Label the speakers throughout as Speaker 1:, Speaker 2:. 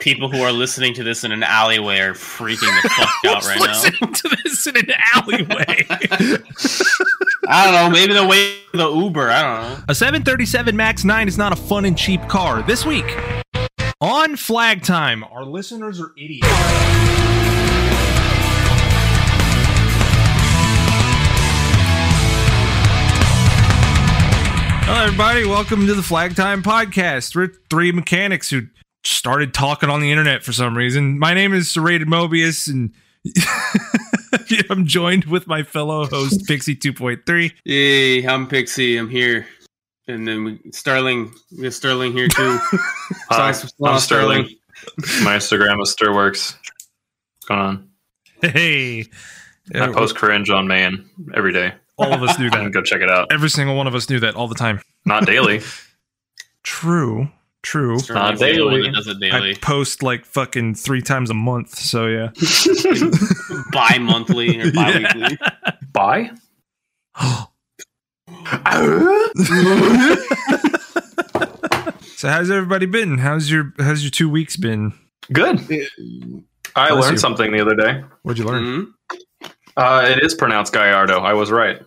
Speaker 1: people who are listening to this in an alleyway are freaking the fuck out right now.
Speaker 2: listening to this in an alleyway.
Speaker 1: I don't know. Maybe they're waiting for the Uber. I don't know.
Speaker 2: a 737 Max 9 is not a fun and cheap car. This week on Flag Time, our listeners are idiots. Hello, everybody. Welcome to the Flag Time podcast. We're three mechanics who started talking on the internet for some reason. My name is Serrated Mobius, and I'm joined with my fellow host, Pixie 2.3.
Speaker 1: Hey, I'm Pixie. I'm here. And then we, Sterling, we have Sterling here too.
Speaker 3: Hi,
Speaker 1: Sauce-
Speaker 3: I'm
Speaker 1: sauce
Speaker 3: Sterling. My Instagram is Stirworks. What's going on?
Speaker 2: Hey.
Speaker 3: I post cringe on man every day.
Speaker 2: All of us knew
Speaker 3: You can
Speaker 2: that.
Speaker 3: go check it out.
Speaker 2: Every single one of us knew that all the time.
Speaker 3: Not daily.
Speaker 2: True. True.
Speaker 1: Sterling's
Speaker 3: Not
Speaker 1: the only one
Speaker 3: daily.
Speaker 1: that does it
Speaker 2: I
Speaker 1: daily,
Speaker 2: post like fucking three times a month. So yeah.
Speaker 1: bi-monthly or bi-weekly.
Speaker 3: Bye.
Speaker 2: so how's everybody been? How's your how's your two weeks been?
Speaker 3: Good. I
Speaker 2: Bless
Speaker 3: learned
Speaker 2: you.
Speaker 3: something the other day.
Speaker 2: What'd you learn?
Speaker 1: Mhm.
Speaker 3: Uh, it is pronounced Gallardo. I was right.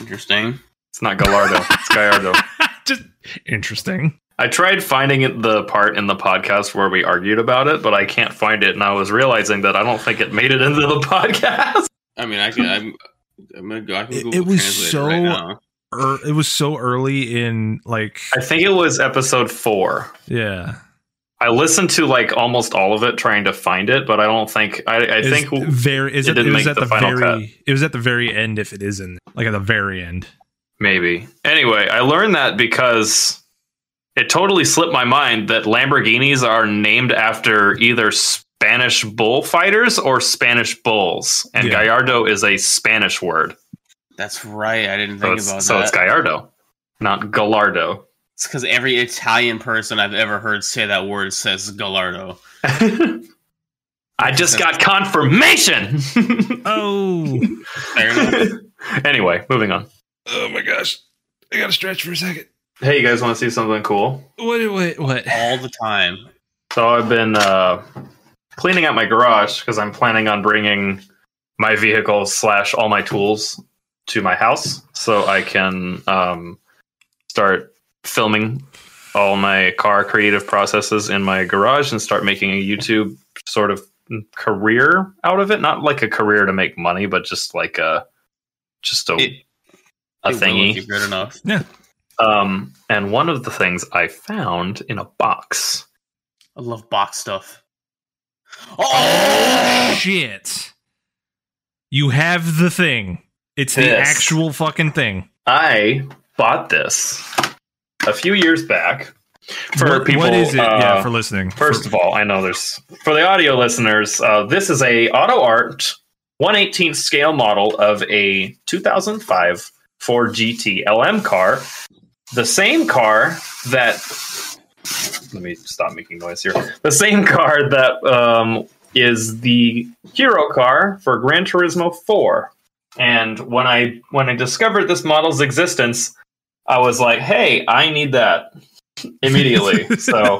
Speaker 1: Interesting.
Speaker 3: It's not Gallardo. it's Gallardo.
Speaker 2: Just interesting.
Speaker 3: I tried finding it, the part in the podcast where we argued about it, but I can't find it, and I was realizing that I don't think it made it into the podcast.
Speaker 1: I mean, I could. I'm, I'm gonna go. I can
Speaker 2: It-
Speaker 1: Google
Speaker 2: it was
Speaker 1: Translate
Speaker 2: so-
Speaker 1: Right now.
Speaker 2: Er, it was so early in like
Speaker 3: I think it was episode four.
Speaker 2: yeah.
Speaker 3: I listened to like almost all of it trying to find it, but I don't think I, I
Speaker 2: It's
Speaker 3: think
Speaker 2: very is
Speaker 3: it
Speaker 2: it,
Speaker 3: didn't
Speaker 2: it was
Speaker 3: make
Speaker 2: at
Speaker 3: the
Speaker 2: the,
Speaker 3: final
Speaker 2: very it was at the very end if it isn't like at the very end.
Speaker 3: maybe. Anyway, I learned that because it totally slipped my mind that Lamborghinis are named after either Spanish bullfighters or Spanish bulls, and
Speaker 2: Yeah.
Speaker 3: Gallardo is a Spanish word,
Speaker 1: That's right. I didn't
Speaker 3: so
Speaker 1: think about
Speaker 3: it's, so
Speaker 1: that.
Speaker 3: it's Gallardo, not Gallardo.
Speaker 1: It's because every Italian person I've ever heard say that word says Gallardo.
Speaker 3: I just got confirmation.
Speaker 2: Oh
Speaker 1: Fair enough.
Speaker 3: anyway, moving on.
Speaker 2: Oh my gosh. I gotta stretch for a second.
Speaker 3: Hey, you guys want to see something cool?
Speaker 2: What what what?
Speaker 1: All the time.
Speaker 3: So I've been uh, cleaning out my garage because I'm planning on bringing my vehicle slash all my tools to my house so I can um, start filming all my car creative processes in my garage and start making a YouTube sort of career out of it. Not like a career to make money, but just like a just a
Speaker 1: It-
Speaker 3: Oh. a
Speaker 1: It will if
Speaker 3: thingy.
Speaker 1: you're good enough.
Speaker 3: Um, and one of the things I found in a box
Speaker 1: I love box stuff. Oh,
Speaker 2: shit. You have the thing. It's the
Speaker 3: Yes.
Speaker 2: actual fucking thing.
Speaker 3: I bought this a few years back for
Speaker 2: What-
Speaker 3: people.
Speaker 2: what is it?
Speaker 3: uh,
Speaker 2: yeah, for listening.
Speaker 3: first
Speaker 2: For-
Speaker 3: of all, I know there's for the audio listeners. Uh, this is a Auto Art 118th scale model of a 2005 Ford GT LM car. The same car that. Let me stop making noise here. The same car that um, is the hero car for Gran Turismo 4. And when I when I discovered this model's existence, I was like, "Hey, I need that immediately." so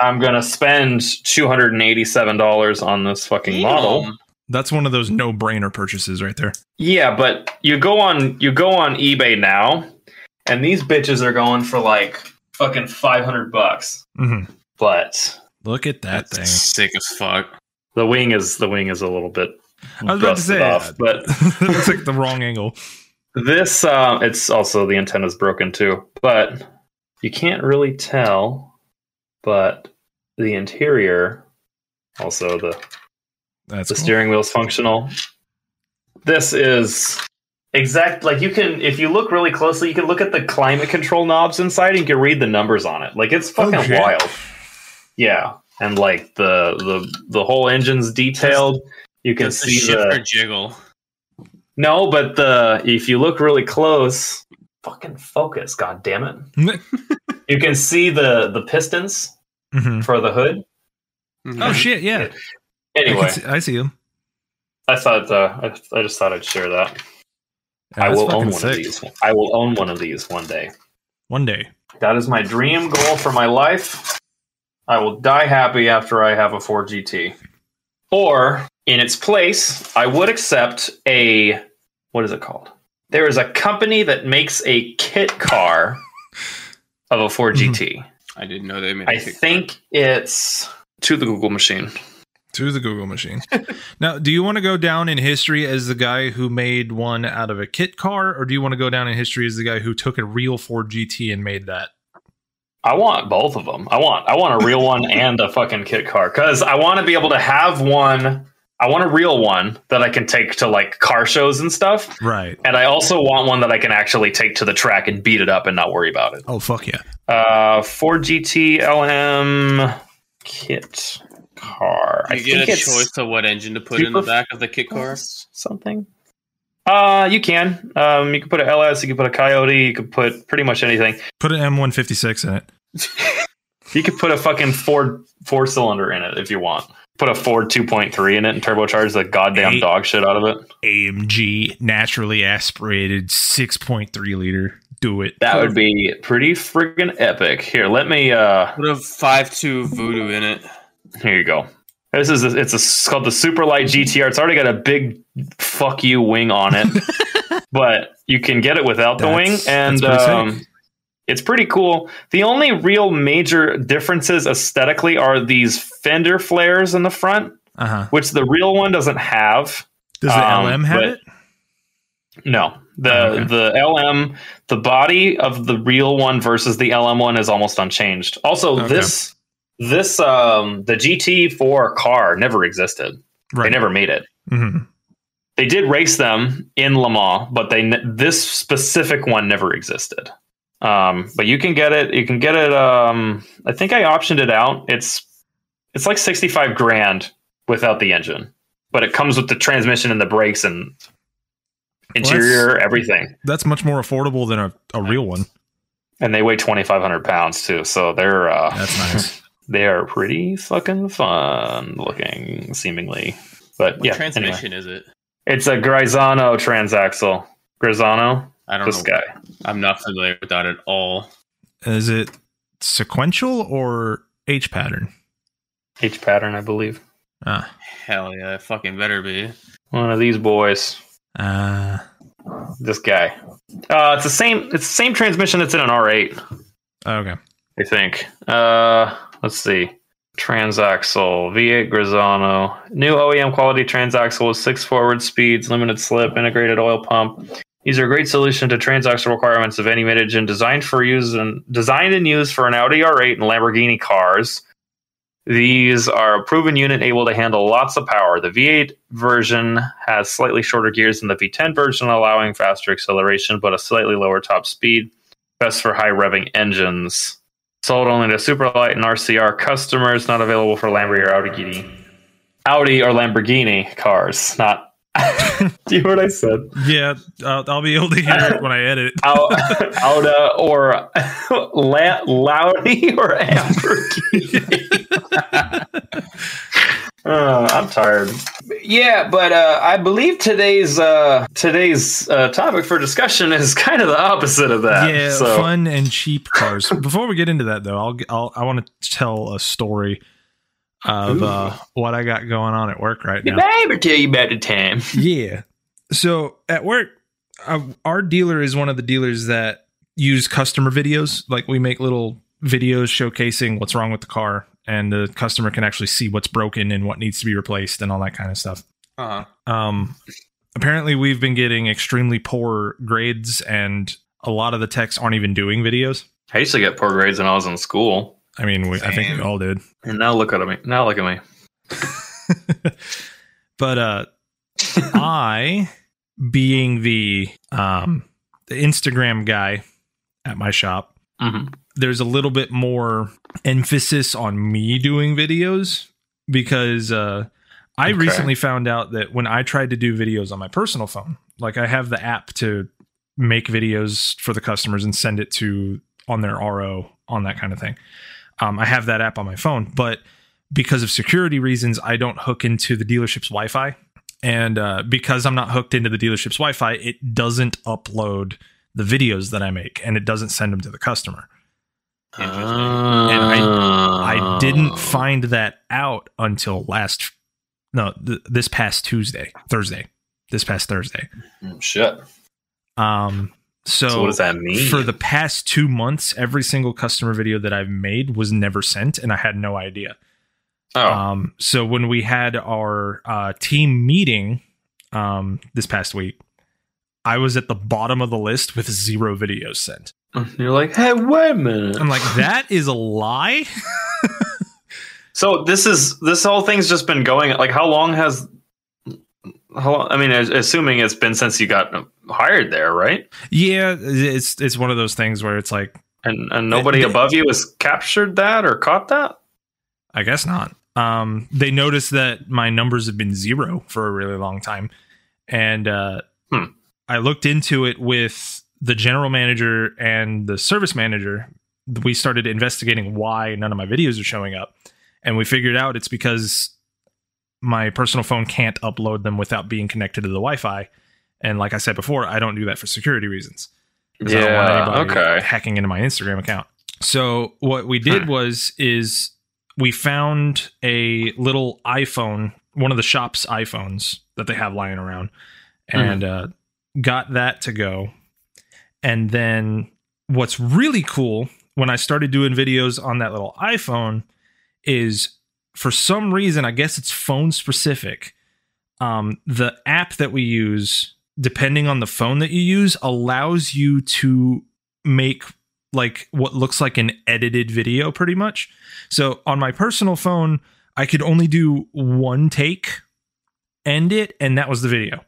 Speaker 3: I'm gonna spend two hundred and eighty-seven dollars on this fucking model.
Speaker 1: damn.
Speaker 2: that's one of those no-brainer purchases right there.
Speaker 3: Yeah, but you go on you go on eBay now, and these bitches are going for like fucking five hundred bucks.
Speaker 2: Mhm.
Speaker 3: But
Speaker 2: Look at that
Speaker 1: That's sick as fuck.
Speaker 3: the wing is the wing is a little bit
Speaker 2: thing. I was about to
Speaker 3: rusted
Speaker 2: say
Speaker 3: off. But
Speaker 2: that looks like the wrong angle.
Speaker 3: this uh, it's also the antenna's broken too. But you can't really tell. But the interior, also the
Speaker 2: That's
Speaker 3: the
Speaker 2: cool.
Speaker 3: steering wheel's functional. This is exact like you can if you look really closely, you can look at the climate control knobs inside and you can read the numbers on it. Like it's fucking
Speaker 2: shit.
Speaker 3: wild. Yeah. And like the the the whole engine's detailed. You can
Speaker 1: Does the
Speaker 3: see
Speaker 1: shifter
Speaker 3: the
Speaker 1: jiggle?
Speaker 3: No, but the if you look really close, fucking focus, god damn it. You can see the the pistons
Speaker 2: Mhm.
Speaker 3: for the hood.
Speaker 2: Oh
Speaker 1: Mhm.
Speaker 2: shit! Yeah, I,
Speaker 3: Anyway,
Speaker 2: can see, I see him.
Speaker 3: I thought uh, I, I just thought I'd share that.
Speaker 2: Yeah,
Speaker 3: I
Speaker 2: that's
Speaker 3: will own
Speaker 2: fucking
Speaker 3: one of
Speaker 2: sick.
Speaker 3: these. I will own one of these one day.
Speaker 2: One day.
Speaker 3: That is my dream goal for my life. I will die happy after I have a 4GT. Or in its place, I would accept a what is it called? There is a company that makes a kit car of a 4GT.
Speaker 1: I didn't know they made.
Speaker 3: I
Speaker 1: a kick-
Speaker 3: think it's to the Google machine.
Speaker 2: to the Google machine. now, do you want to go down in history as the guy who made one out of a kit car, or do you want to go down in history as the guy who took a real Ford GT and made that?
Speaker 3: I want both of them. I want I want a real one and a fucking kit car because I want to be able to have one. I want a real one that I can take to like car shows and stuff,
Speaker 2: Right.
Speaker 3: and I also want one that I can actually take to the track and beat it up and not worry about it.
Speaker 2: Oh fuck yeah!
Speaker 3: Uh, Ford GT LM kit car.
Speaker 1: You get a choice of what engine to put in the
Speaker 3: Superf-
Speaker 1: back of the kit car.
Speaker 3: something. Uh, you can. Um, you can put a LS. You can put a Coyote. You could put pretty much anything.
Speaker 2: Put an M156 in it.
Speaker 3: You could put a fucking Ford four cylinder in it if you want. Put a Ford 2.3 in it and turbocharge the goddamn
Speaker 2: Eight.
Speaker 3: dog shit out of it.
Speaker 2: AMG naturally aspirated 6.3 liter. Do it.
Speaker 3: That would be pretty friggin' epic. Here, let me. uh
Speaker 1: Put a five-two voodoo in it.
Speaker 3: Here you go. This is a, it's, a, it's called the Superlight GTR. It's already got a big fuck you wing on it, but you can get it without the wing,
Speaker 2: That's- that's
Speaker 3: and
Speaker 2: pretty sick.
Speaker 3: um, it's pretty cool. The only real major differences aesthetically are these fender flares in the front,
Speaker 2: Uh huh.
Speaker 3: which the real one doesn't have.
Speaker 2: Does the
Speaker 3: Um,
Speaker 2: LM have
Speaker 3: but-
Speaker 2: it?
Speaker 3: No. The
Speaker 2: Oh, Okay.
Speaker 3: the LM, the body of the real one versus the LM one is almost unchanged. Also,
Speaker 2: Okay.
Speaker 3: this this um the GT4 car never existed. They
Speaker 2: Right.
Speaker 3: never made it.
Speaker 2: Mhm.
Speaker 3: They did race them in Le Mans, but they ne- this specific one never existed. Um, but you can get it. You can get it. Um, I think I optioned it out. It's it's like sixty five grand without the engine, but it comes with the transmission and the brakes and
Speaker 2: that's-
Speaker 3: interior, everything.
Speaker 2: That's much more affordable than a, a real one.
Speaker 3: and they weigh 2500 pounds too so they're uh
Speaker 2: That's nice.
Speaker 3: they are pretty fucking fun looking seemingly but
Speaker 1: What
Speaker 3: yeah anyway.
Speaker 1: transmission is it?
Speaker 3: it's a grisano transaxle grisano
Speaker 1: I don't
Speaker 3: this
Speaker 1: know.
Speaker 3: guy
Speaker 1: I'm not familiar with that at all.
Speaker 2: Is it sequential or H pattern?
Speaker 3: h pattern i believe
Speaker 2: Ah.
Speaker 1: Hell yeah, it fucking better be.
Speaker 3: one of these boys
Speaker 2: Uh,
Speaker 3: this guy uh it's the same it's the same transmission that's in an r8
Speaker 2: okay.
Speaker 3: i think uh let's see Transaxle V8 Grisano. New OEM quality transaxle with six forward speeds, limited slip, integrated oil pump. These are a great solution to transaxle requirements of any mid-engine designed for use and designed and used for an Audi R8 and Lamborghini cars. These are a proven unit able to handle lots of power. The V8 version has slightly shorter gears than the V10 version, allowing faster acceleration but a slightly lower top speed. Best for high revving engines. Sold only to Superlight and RCR customers. Not available for Lamborghini or Audi. Audi or Lamborghini cars. Not. Do you hear what I said?
Speaker 2: Yeah, I'll, I'll be able to hear it when I edit.
Speaker 3: Au- Auda or La- Loudy or Lamborghini. Uh, I'm tired. Yeah, but uh, I believe today's uh, today's uh, topic for discussion is kind of the opposite of that.
Speaker 2: yeah,
Speaker 3: so
Speaker 2: fun and cheap cars. Before we get into that, though, I'll, I'll I want to tell a story of uh, what I got going on at work right
Speaker 3: did
Speaker 2: now.
Speaker 3: I ever tell you about the time?
Speaker 2: yeah. So at work, uh, our dealer is one of the dealers that use customer videos. Like we make little videos showcasing what's wrong with the car, and the customer can actually see what's broken and what needs to be replaced and all that kind of stuff.
Speaker 1: Uh-huh.
Speaker 2: Um, apparently, we've been getting extremely poor grades, and a lot of the techs aren't even doing videos.
Speaker 3: I used to get poor grades when I was in school,
Speaker 2: I mean, we, I think we
Speaker 1: Same.
Speaker 2: all did.
Speaker 3: and now look at me. Now look at me.
Speaker 2: but uh, I, being the um, the Instagram guy at my shop,
Speaker 3: hmm
Speaker 2: there's a little bit more emphasis on me doing videos because uh, I
Speaker 3: Okay.
Speaker 2: recently found out that when I tried to do videos on my personal phone, like I have the app to make videos for the customers and send it to on their RO on that kind of thing. Um, I have that app on my phone, but because of security reasons, I don't hook into the dealership's Wi Fi. And uh, because I'm not hooked into the dealership's Wi Fi, it doesn't upload the videos that I make and it doesn't send them to the customer.
Speaker 1: Interesting.
Speaker 2: And
Speaker 3: Uh,
Speaker 2: I
Speaker 3: Oh.
Speaker 2: didn't find that out until last, no, th- this past Tuesday, Thursday, this past Thursday.
Speaker 3: Mm, Shit.
Speaker 2: Um, so,
Speaker 3: So what does that mean?
Speaker 2: for the past two months, every single customer video that I've made was never sent, and I had no idea.
Speaker 3: oh,
Speaker 2: Um, so when we had our uh, team meeting um, this past week, I was at the bottom of the list with zero videos sent.
Speaker 3: you're like, hey, wait a minute.
Speaker 2: I'm like, that is a lie.
Speaker 3: So this is this whole thing's just been going. Like, how long has? How long, I mean, as- assuming it's been since you got hired there, right?
Speaker 2: yeah, it's it's one of those things where it's like,
Speaker 3: And and nobody
Speaker 2: They-
Speaker 3: above you has captured that or caught that.
Speaker 2: I guess not. Um, they noticed that my numbers have been zero for a really long time. And uh,
Speaker 3: Hmm.
Speaker 2: I looked into it with the general manager and the service manager. We started investigating why none of my videos are showing up. And we figured out it's because my personal phone can't upload them without being connected to the Wi Fi. And like I said before, I don't do that for security reasons. 'Cause I don't want anybody hacking into my Instagram account. So what we did was is we found a little iPhone, one of the shop's iPhones that they have lying around, and uh, got that to go. And then what's really cool when I started doing videos on that little iPhone is for some reason, I guess it's phone specific. Um, the app that we use, depending on the phone that you use, allows you to make like what looks like an edited video pretty much. So on my personal phone, I could only do one take, end it, and that was the video.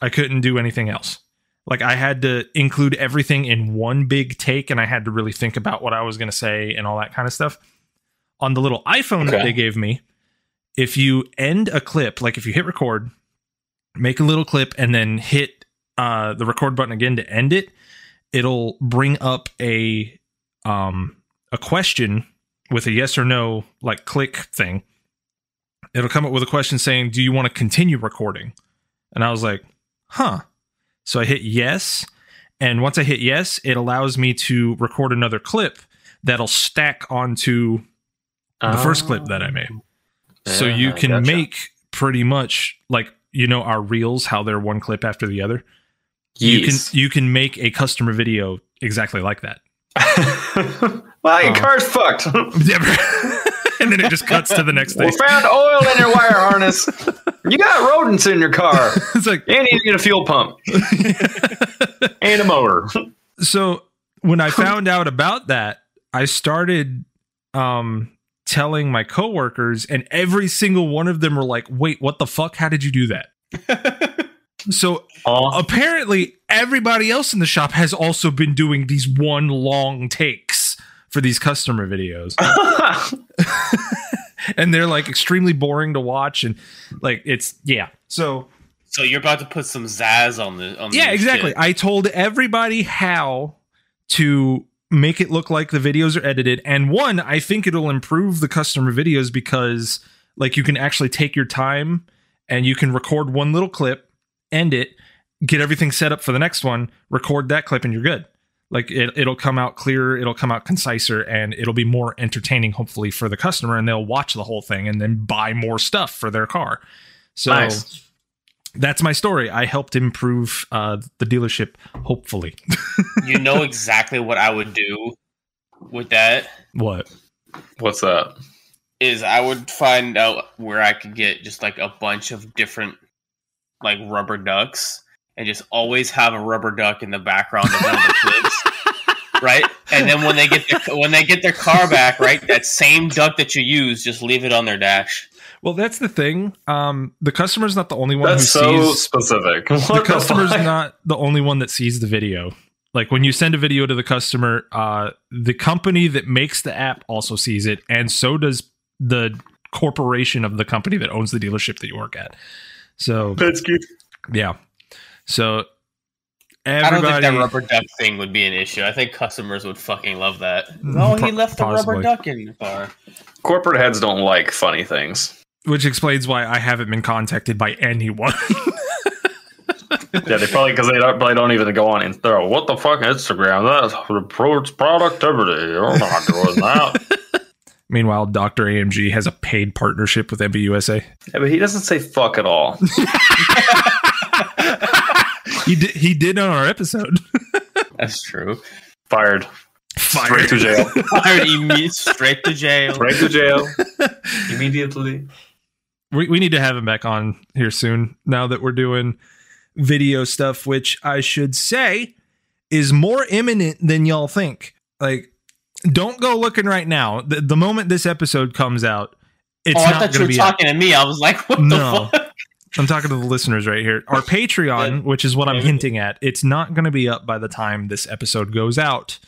Speaker 2: I couldn't do anything else. Like I had to include everything in one big take and I had to really think about what I was going to say and all that kind of stuff. On the little iPhone that
Speaker 3: Okay.
Speaker 2: they gave me, if you end a clip, like if you hit record, make a little clip and then hit uh, the record button again to end it, it'll bring up a um a question with a yes or no like click thing. It'll come up with a question saying, "Do you want to continue recording?" And I was like, "Huh." So I hit yes, and once I hit yes, it allows me to record another clip that'll stack onto the first
Speaker 3: Oh.
Speaker 2: clip that I made. So
Speaker 3: Uh-huh. Yeah,
Speaker 2: you
Speaker 3: I
Speaker 2: can
Speaker 3: gotcha.
Speaker 2: make pretty much like you know our reels how they're one clip after the other.
Speaker 3: Yes.
Speaker 2: You can you can make a customer video exactly like that.
Speaker 3: well, your
Speaker 2: Oh.
Speaker 3: car's fucked.
Speaker 2: and then it just cuts to the next
Speaker 3: we
Speaker 2: thing.
Speaker 3: found oil in your wire harness. You got rodents in your car,
Speaker 2: It's like
Speaker 3: and you need a fuel pump and a motor.
Speaker 2: so when I found out about that, I started um telling my coworkers and every single one of them were like, "Wait, what the fuck? How did you do that?" So
Speaker 3: Oh,
Speaker 2: apparently everybody else in the shop has also been doing these one long takes for these customer videos. and they're like extremely boring to watch and like it's yeah. So
Speaker 1: So you're about to put some zazz on the on
Speaker 2: yeah
Speaker 1: this
Speaker 2: exactly
Speaker 1: shit.
Speaker 2: i told everybody how to make it look like the videos are edited and one i think it'll improve the customer videos because like you can actually take your time and you can record one little clip end it get everything set up for the next one record that clip and you're good like it, it'll come out clearer it'll come out conciser and it'll be more entertaining hopefully for the customer and they'll watch the whole thing and then buy more stuff for their car so
Speaker 3: nice.
Speaker 2: that's my story. I helped improve uh, the dealership, hopefully.
Speaker 1: You know exactly what I would do with that
Speaker 2: What?
Speaker 3: What's up?
Speaker 1: is I would find out where I could get just like a bunch of different like rubber ducks and just always have a rubber duck in the background of one of the clips. Right, and then when they get their, when they get their car back, right, that same duck that you use, just leave it on their dash.
Speaker 2: Well, that's the thing. Um, the customer's not the only one
Speaker 3: That's
Speaker 2: who
Speaker 3: so
Speaker 2: sees.
Speaker 3: specific.
Speaker 2: The
Speaker 3: What
Speaker 2: customer's
Speaker 3: fuck?
Speaker 2: not the only one that sees the video. Like when you send a video to the customer, uh, the company that makes the app also sees it, and so does the corporation of the company that owns the dealership that you work at. So
Speaker 3: That's good.
Speaker 2: yeah, so
Speaker 1: I don't
Speaker 2: everybody.
Speaker 1: think that rubber duck thing would be an issue. I think customers would fucking love that.
Speaker 2: Mm,
Speaker 1: No,
Speaker 2: po-
Speaker 1: Oh, he left the
Speaker 2: possibly.
Speaker 1: rubber duck in the car.
Speaker 3: Corporate heads don't like funny things.
Speaker 2: which explains why I haven't been contacted by anyone.
Speaker 3: yeah, they probably because they don't, probably don't even go on and throw. What the fuck, Instagram? That improves productivity. You're not doing that.
Speaker 2: Meanwhile, Dr. AMG has a paid partnership with MBUSA.
Speaker 3: Yeah, but he doesn't say fuck at all.
Speaker 2: He did, he did on our episode.
Speaker 1: That's true.
Speaker 3: Fired. Straight
Speaker 2: Fired.
Speaker 3: to jail.
Speaker 1: Fired imme- straight to jail.
Speaker 3: Straight to jail. Immediately.
Speaker 2: we, we need to have him back on here soon now that we're doing video stuff which i should say is more imminent than y'all think like don't go looking right now the, the moment this episode comes out it's
Speaker 1: oh, I
Speaker 2: not
Speaker 1: thought you
Speaker 2: going to
Speaker 1: were
Speaker 2: be out.
Speaker 1: talking to me. I was like, what
Speaker 2: No.
Speaker 1: the fuck?
Speaker 2: i'm talking to the listeners right here our patreon which is what i'm hinting at it's not going to be up by the time this episode goes out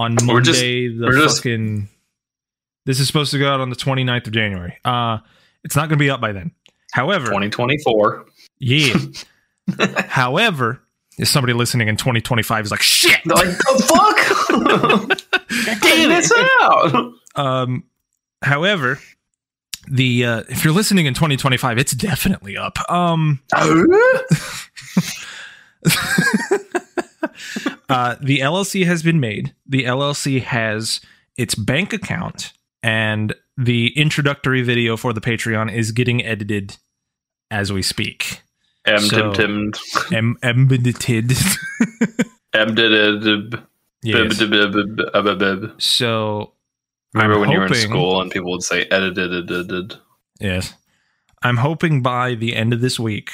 Speaker 2: on monday
Speaker 3: We're just-
Speaker 2: the
Speaker 3: we're just-
Speaker 2: fucking this is supposed to go out on the 29th of january uh it's not going to be up by then however
Speaker 3: 2024.
Speaker 2: Yeah. However, if somebody listening in 2025 is like, shit,
Speaker 3: They're like, the fuck? Get this out.
Speaker 2: um, however, the uh, if you're listening in 2025, it's definitely up. Um, uh, the LLC has been made. The LLC has its bank account, and the introductory video for the Patreon is getting edited as we speak.
Speaker 3: M
Speaker 2: So-
Speaker 3: tim timmed.
Speaker 2: Em- embedded.
Speaker 3: M did it.
Speaker 2: Yes.
Speaker 3: Remember
Speaker 2: So
Speaker 3: when you were in
Speaker 2: hoping-
Speaker 3: school and people would say edited, edited.
Speaker 2: Yes. I'm hoping by the end of this week,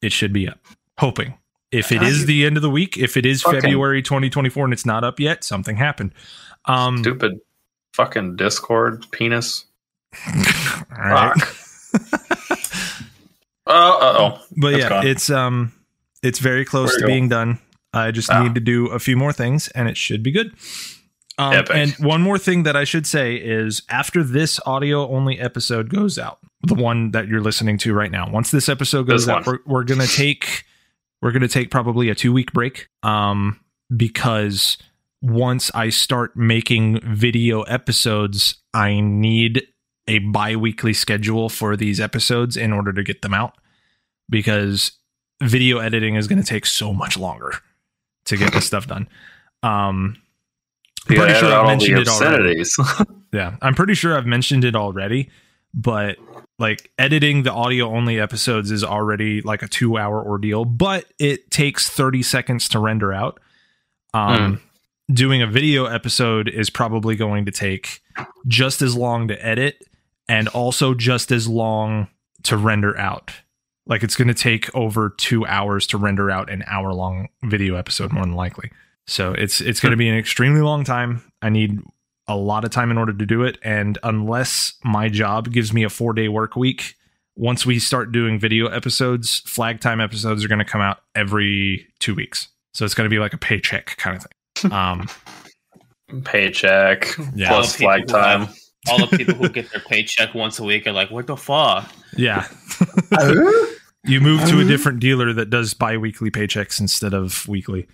Speaker 2: it should be up. Hoping. If it
Speaker 3: Are
Speaker 2: is
Speaker 3: you-
Speaker 2: the end of the week, if it is
Speaker 3: Fucking-
Speaker 2: February 2024 and it's not up yet, something happened. Um,
Speaker 3: Stupid fucking Discord penis.
Speaker 2: all right.
Speaker 3: Fuck. Uh oh.
Speaker 2: But
Speaker 3: It's
Speaker 2: yeah,
Speaker 3: gone.
Speaker 2: it's um, it's very close
Speaker 3: There
Speaker 2: to
Speaker 3: you go.
Speaker 2: being done. I just
Speaker 3: Ah.
Speaker 2: need to do a few more things, and it should be good. Um,
Speaker 3: Epic.
Speaker 2: And one more thing that I should say is, after this audio-only episode goes out, the one that you're listening to right now, once this episode goes
Speaker 3: This
Speaker 2: out, we're, we're gonna take we're gonna take probably a two-week break, um, because once I start making video episodes, I need a bi-weekly schedule for these episodes in order to get them out because video editing is going to take so much longer to get this stuff done. Um, I'm pretty sure I mentioned it already.
Speaker 3: obscenities.
Speaker 2: Yeah, I'm pretty sure I've mentioned it already, but like editing the audio only episodes is already like a two hour ordeal, but it takes 30 seconds to render out. Um, Doing a video episode is probably going to take just as long to edit and also just as long to render out. Like it's going to take over two hours to render out an hour long video episode, more than likely. So it's it's going to be an extremely long time. I need a lot of time in order to do it, and unless my job gives me a four day work week, once we start doing video episodes, flag time episodes are going to come out every two weeks. So it's going to be like a paycheck kind of thing. Um,
Speaker 3: Paycheck
Speaker 2: yeah,
Speaker 1: All the
Speaker 3: plus flag
Speaker 1: people who
Speaker 3: time.
Speaker 1: have- all the people who get their paycheck once a week are like, what the fuck?
Speaker 2: yeah. You move to a different dealer that does bi-weekly paychecks instead of weekly.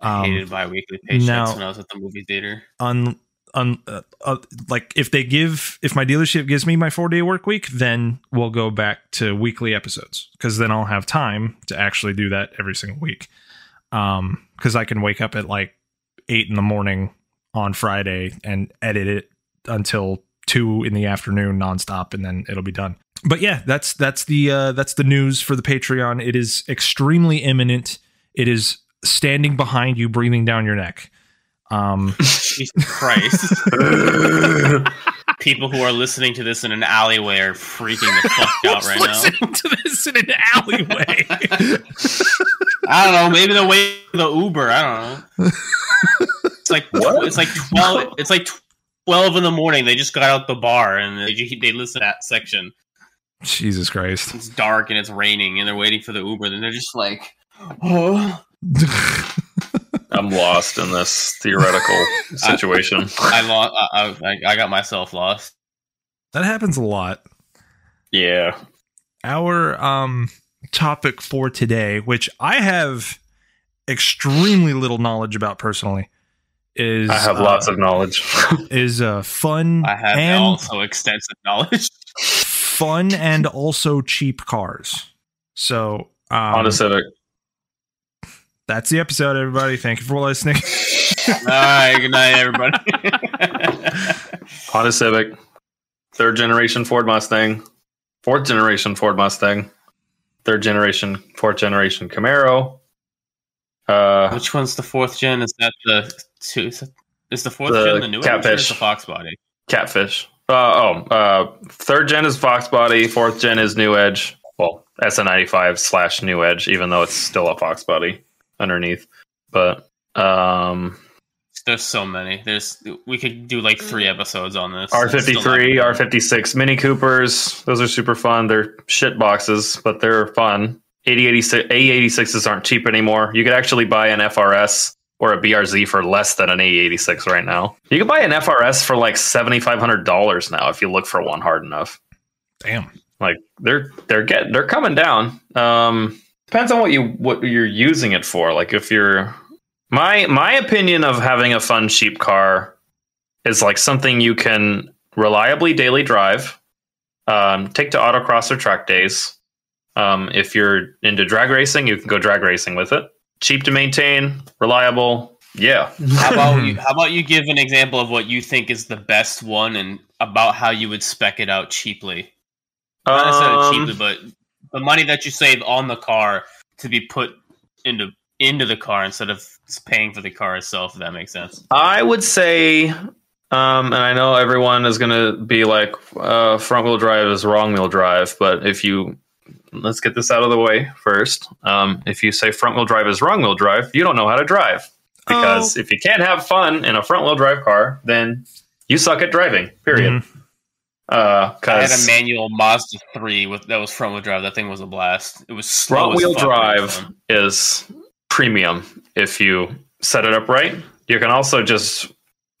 Speaker 2: Um,
Speaker 1: Hated by weekly paychecks
Speaker 2: now-
Speaker 1: when I was at the movie theater.
Speaker 2: un, un, uh, uh, like if they give if my dealership gives me my four day work week, then we'll go back to weekly episodes because then I'll have time to actually do that every single week. Um, because I can wake up at like eight in the morning on Friday and edit it until two in the afternoon nonstop, and then it'll be done. But yeah, that's that's the uh, that's the news for the Patreon. It is extremely imminent. It is standing behind you, breathing down your neck. Um,
Speaker 1: Jesus Christ. people who are listening to this in an alleyway are freaking the fuck out right now.
Speaker 2: now. to this in an alleyway.
Speaker 1: I don't know. Maybe the way the Uber. I don't know. It's like
Speaker 3: What?
Speaker 1: it's like twelve. It's like twelve in the morning. They just got out the bar and they ju- they listen to that section.
Speaker 2: Jesus Christ.
Speaker 1: It's dark and it's raining and they're waiting for the Uber. Then they're just like, oh,
Speaker 3: I'm lost in this theoretical situation.
Speaker 1: I lost. I, I, I got myself lost.
Speaker 2: that happens a lot.
Speaker 3: yeah.
Speaker 2: Our um topic for today, which I have extremely little knowledge about personally, is
Speaker 3: I have
Speaker 2: uh,
Speaker 3: lots of knowledge.
Speaker 2: is uh fun
Speaker 1: I have
Speaker 2: and
Speaker 1: also extensive knowledge.
Speaker 2: fun and also cheap cars. So um,
Speaker 3: Honda Civic.
Speaker 2: That's the episode, everybody. Thank you for listening.
Speaker 1: All right, good night, everybody.
Speaker 3: Honda Civic, third generation Ford Mustang, fourth generation Ford Mustang, third generation, fourth generation Camaro. Uh,
Speaker 1: Which one's the fourth gen? Is that the two? Is, that, is the fourth
Speaker 3: The
Speaker 1: gen the new one? or is
Speaker 3: catfish.
Speaker 1: it The Fox body.
Speaker 3: Catfish. Uh, oh, uh, third gen is Fox Body, fourth gen is New Edge. Well, SN95 slash New Edge, even though it's still a Fox Body underneath. But um,
Speaker 1: There's so many. There's we could do like three episodes on this. It's still
Speaker 3: R53,
Speaker 1: not-
Speaker 3: R56, Mini Coopers. Those are super fun. They're shit boxes, but they're fun. 8086, A86s aren't cheap anymore. You could actually buy an FRS or a BRZ for less than an A86 right now. You could buy an FRS for like $7,500 now if you look for one hard enough.
Speaker 2: Damn.
Speaker 3: Like they're they're getting they're coming down. Um, depends on what you what you're using it for. Like if you're my my opinion of having a fun cheap car is like something you can reliably daily drive, um, take to autocross or track days. Um, if you're into drag racing, you can go drag racing with it. Cheap to maintain, reliable. Yeah,
Speaker 1: How about you? How about you give an example of what you think is the best one and about how you would spec it out cheaply? Not
Speaker 3: Um,
Speaker 1: necessarily cheaply, but the money that you save on the car to be put into into the car instead of paying for the car itself. If that makes sense.
Speaker 3: I would say, um, and I know everyone is going to be like, uh, front wheel drive is wrong wheel drive, but if you let's get this out of the way first. Um, if you say front wheel drive is wrong wheel drive, you don't know how to drive
Speaker 2: Oh,
Speaker 3: because if you can't have fun in a front wheel drive car, then you suck at driving. Period.
Speaker 2: Mm-hmm.
Speaker 3: Uh 'cause
Speaker 1: I had a manual Mazda three with that was front wheel drive. That thing was a blast. It was slow
Speaker 3: front
Speaker 1: as
Speaker 3: wheel
Speaker 1: fuck, but it was
Speaker 3: drive
Speaker 1: fun.
Speaker 3: is premium if you set it up right. You can also just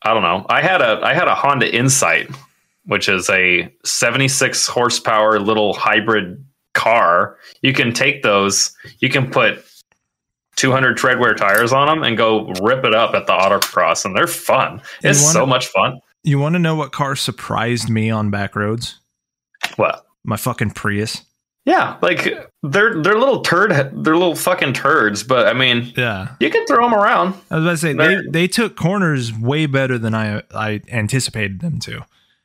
Speaker 3: I don't know. I had a I had a Honda Insight, which is a 76 horsepower little hybrid car. You can take those, you can put 200 treadwear tires on them and go rip it up at the autocross and they're fun.
Speaker 2: You
Speaker 3: It's
Speaker 2: wanna-
Speaker 3: so much fun.
Speaker 2: You want to know what car surprised me on back roads?
Speaker 3: What?
Speaker 2: My fucking Prius.
Speaker 3: Yeah, like they're they're little turd they're little fucking turds, but I mean,
Speaker 2: Yeah.
Speaker 3: you can throw them around.
Speaker 2: I was about to say
Speaker 3: They're-
Speaker 2: they, they took corners way better than I I anticipated them to.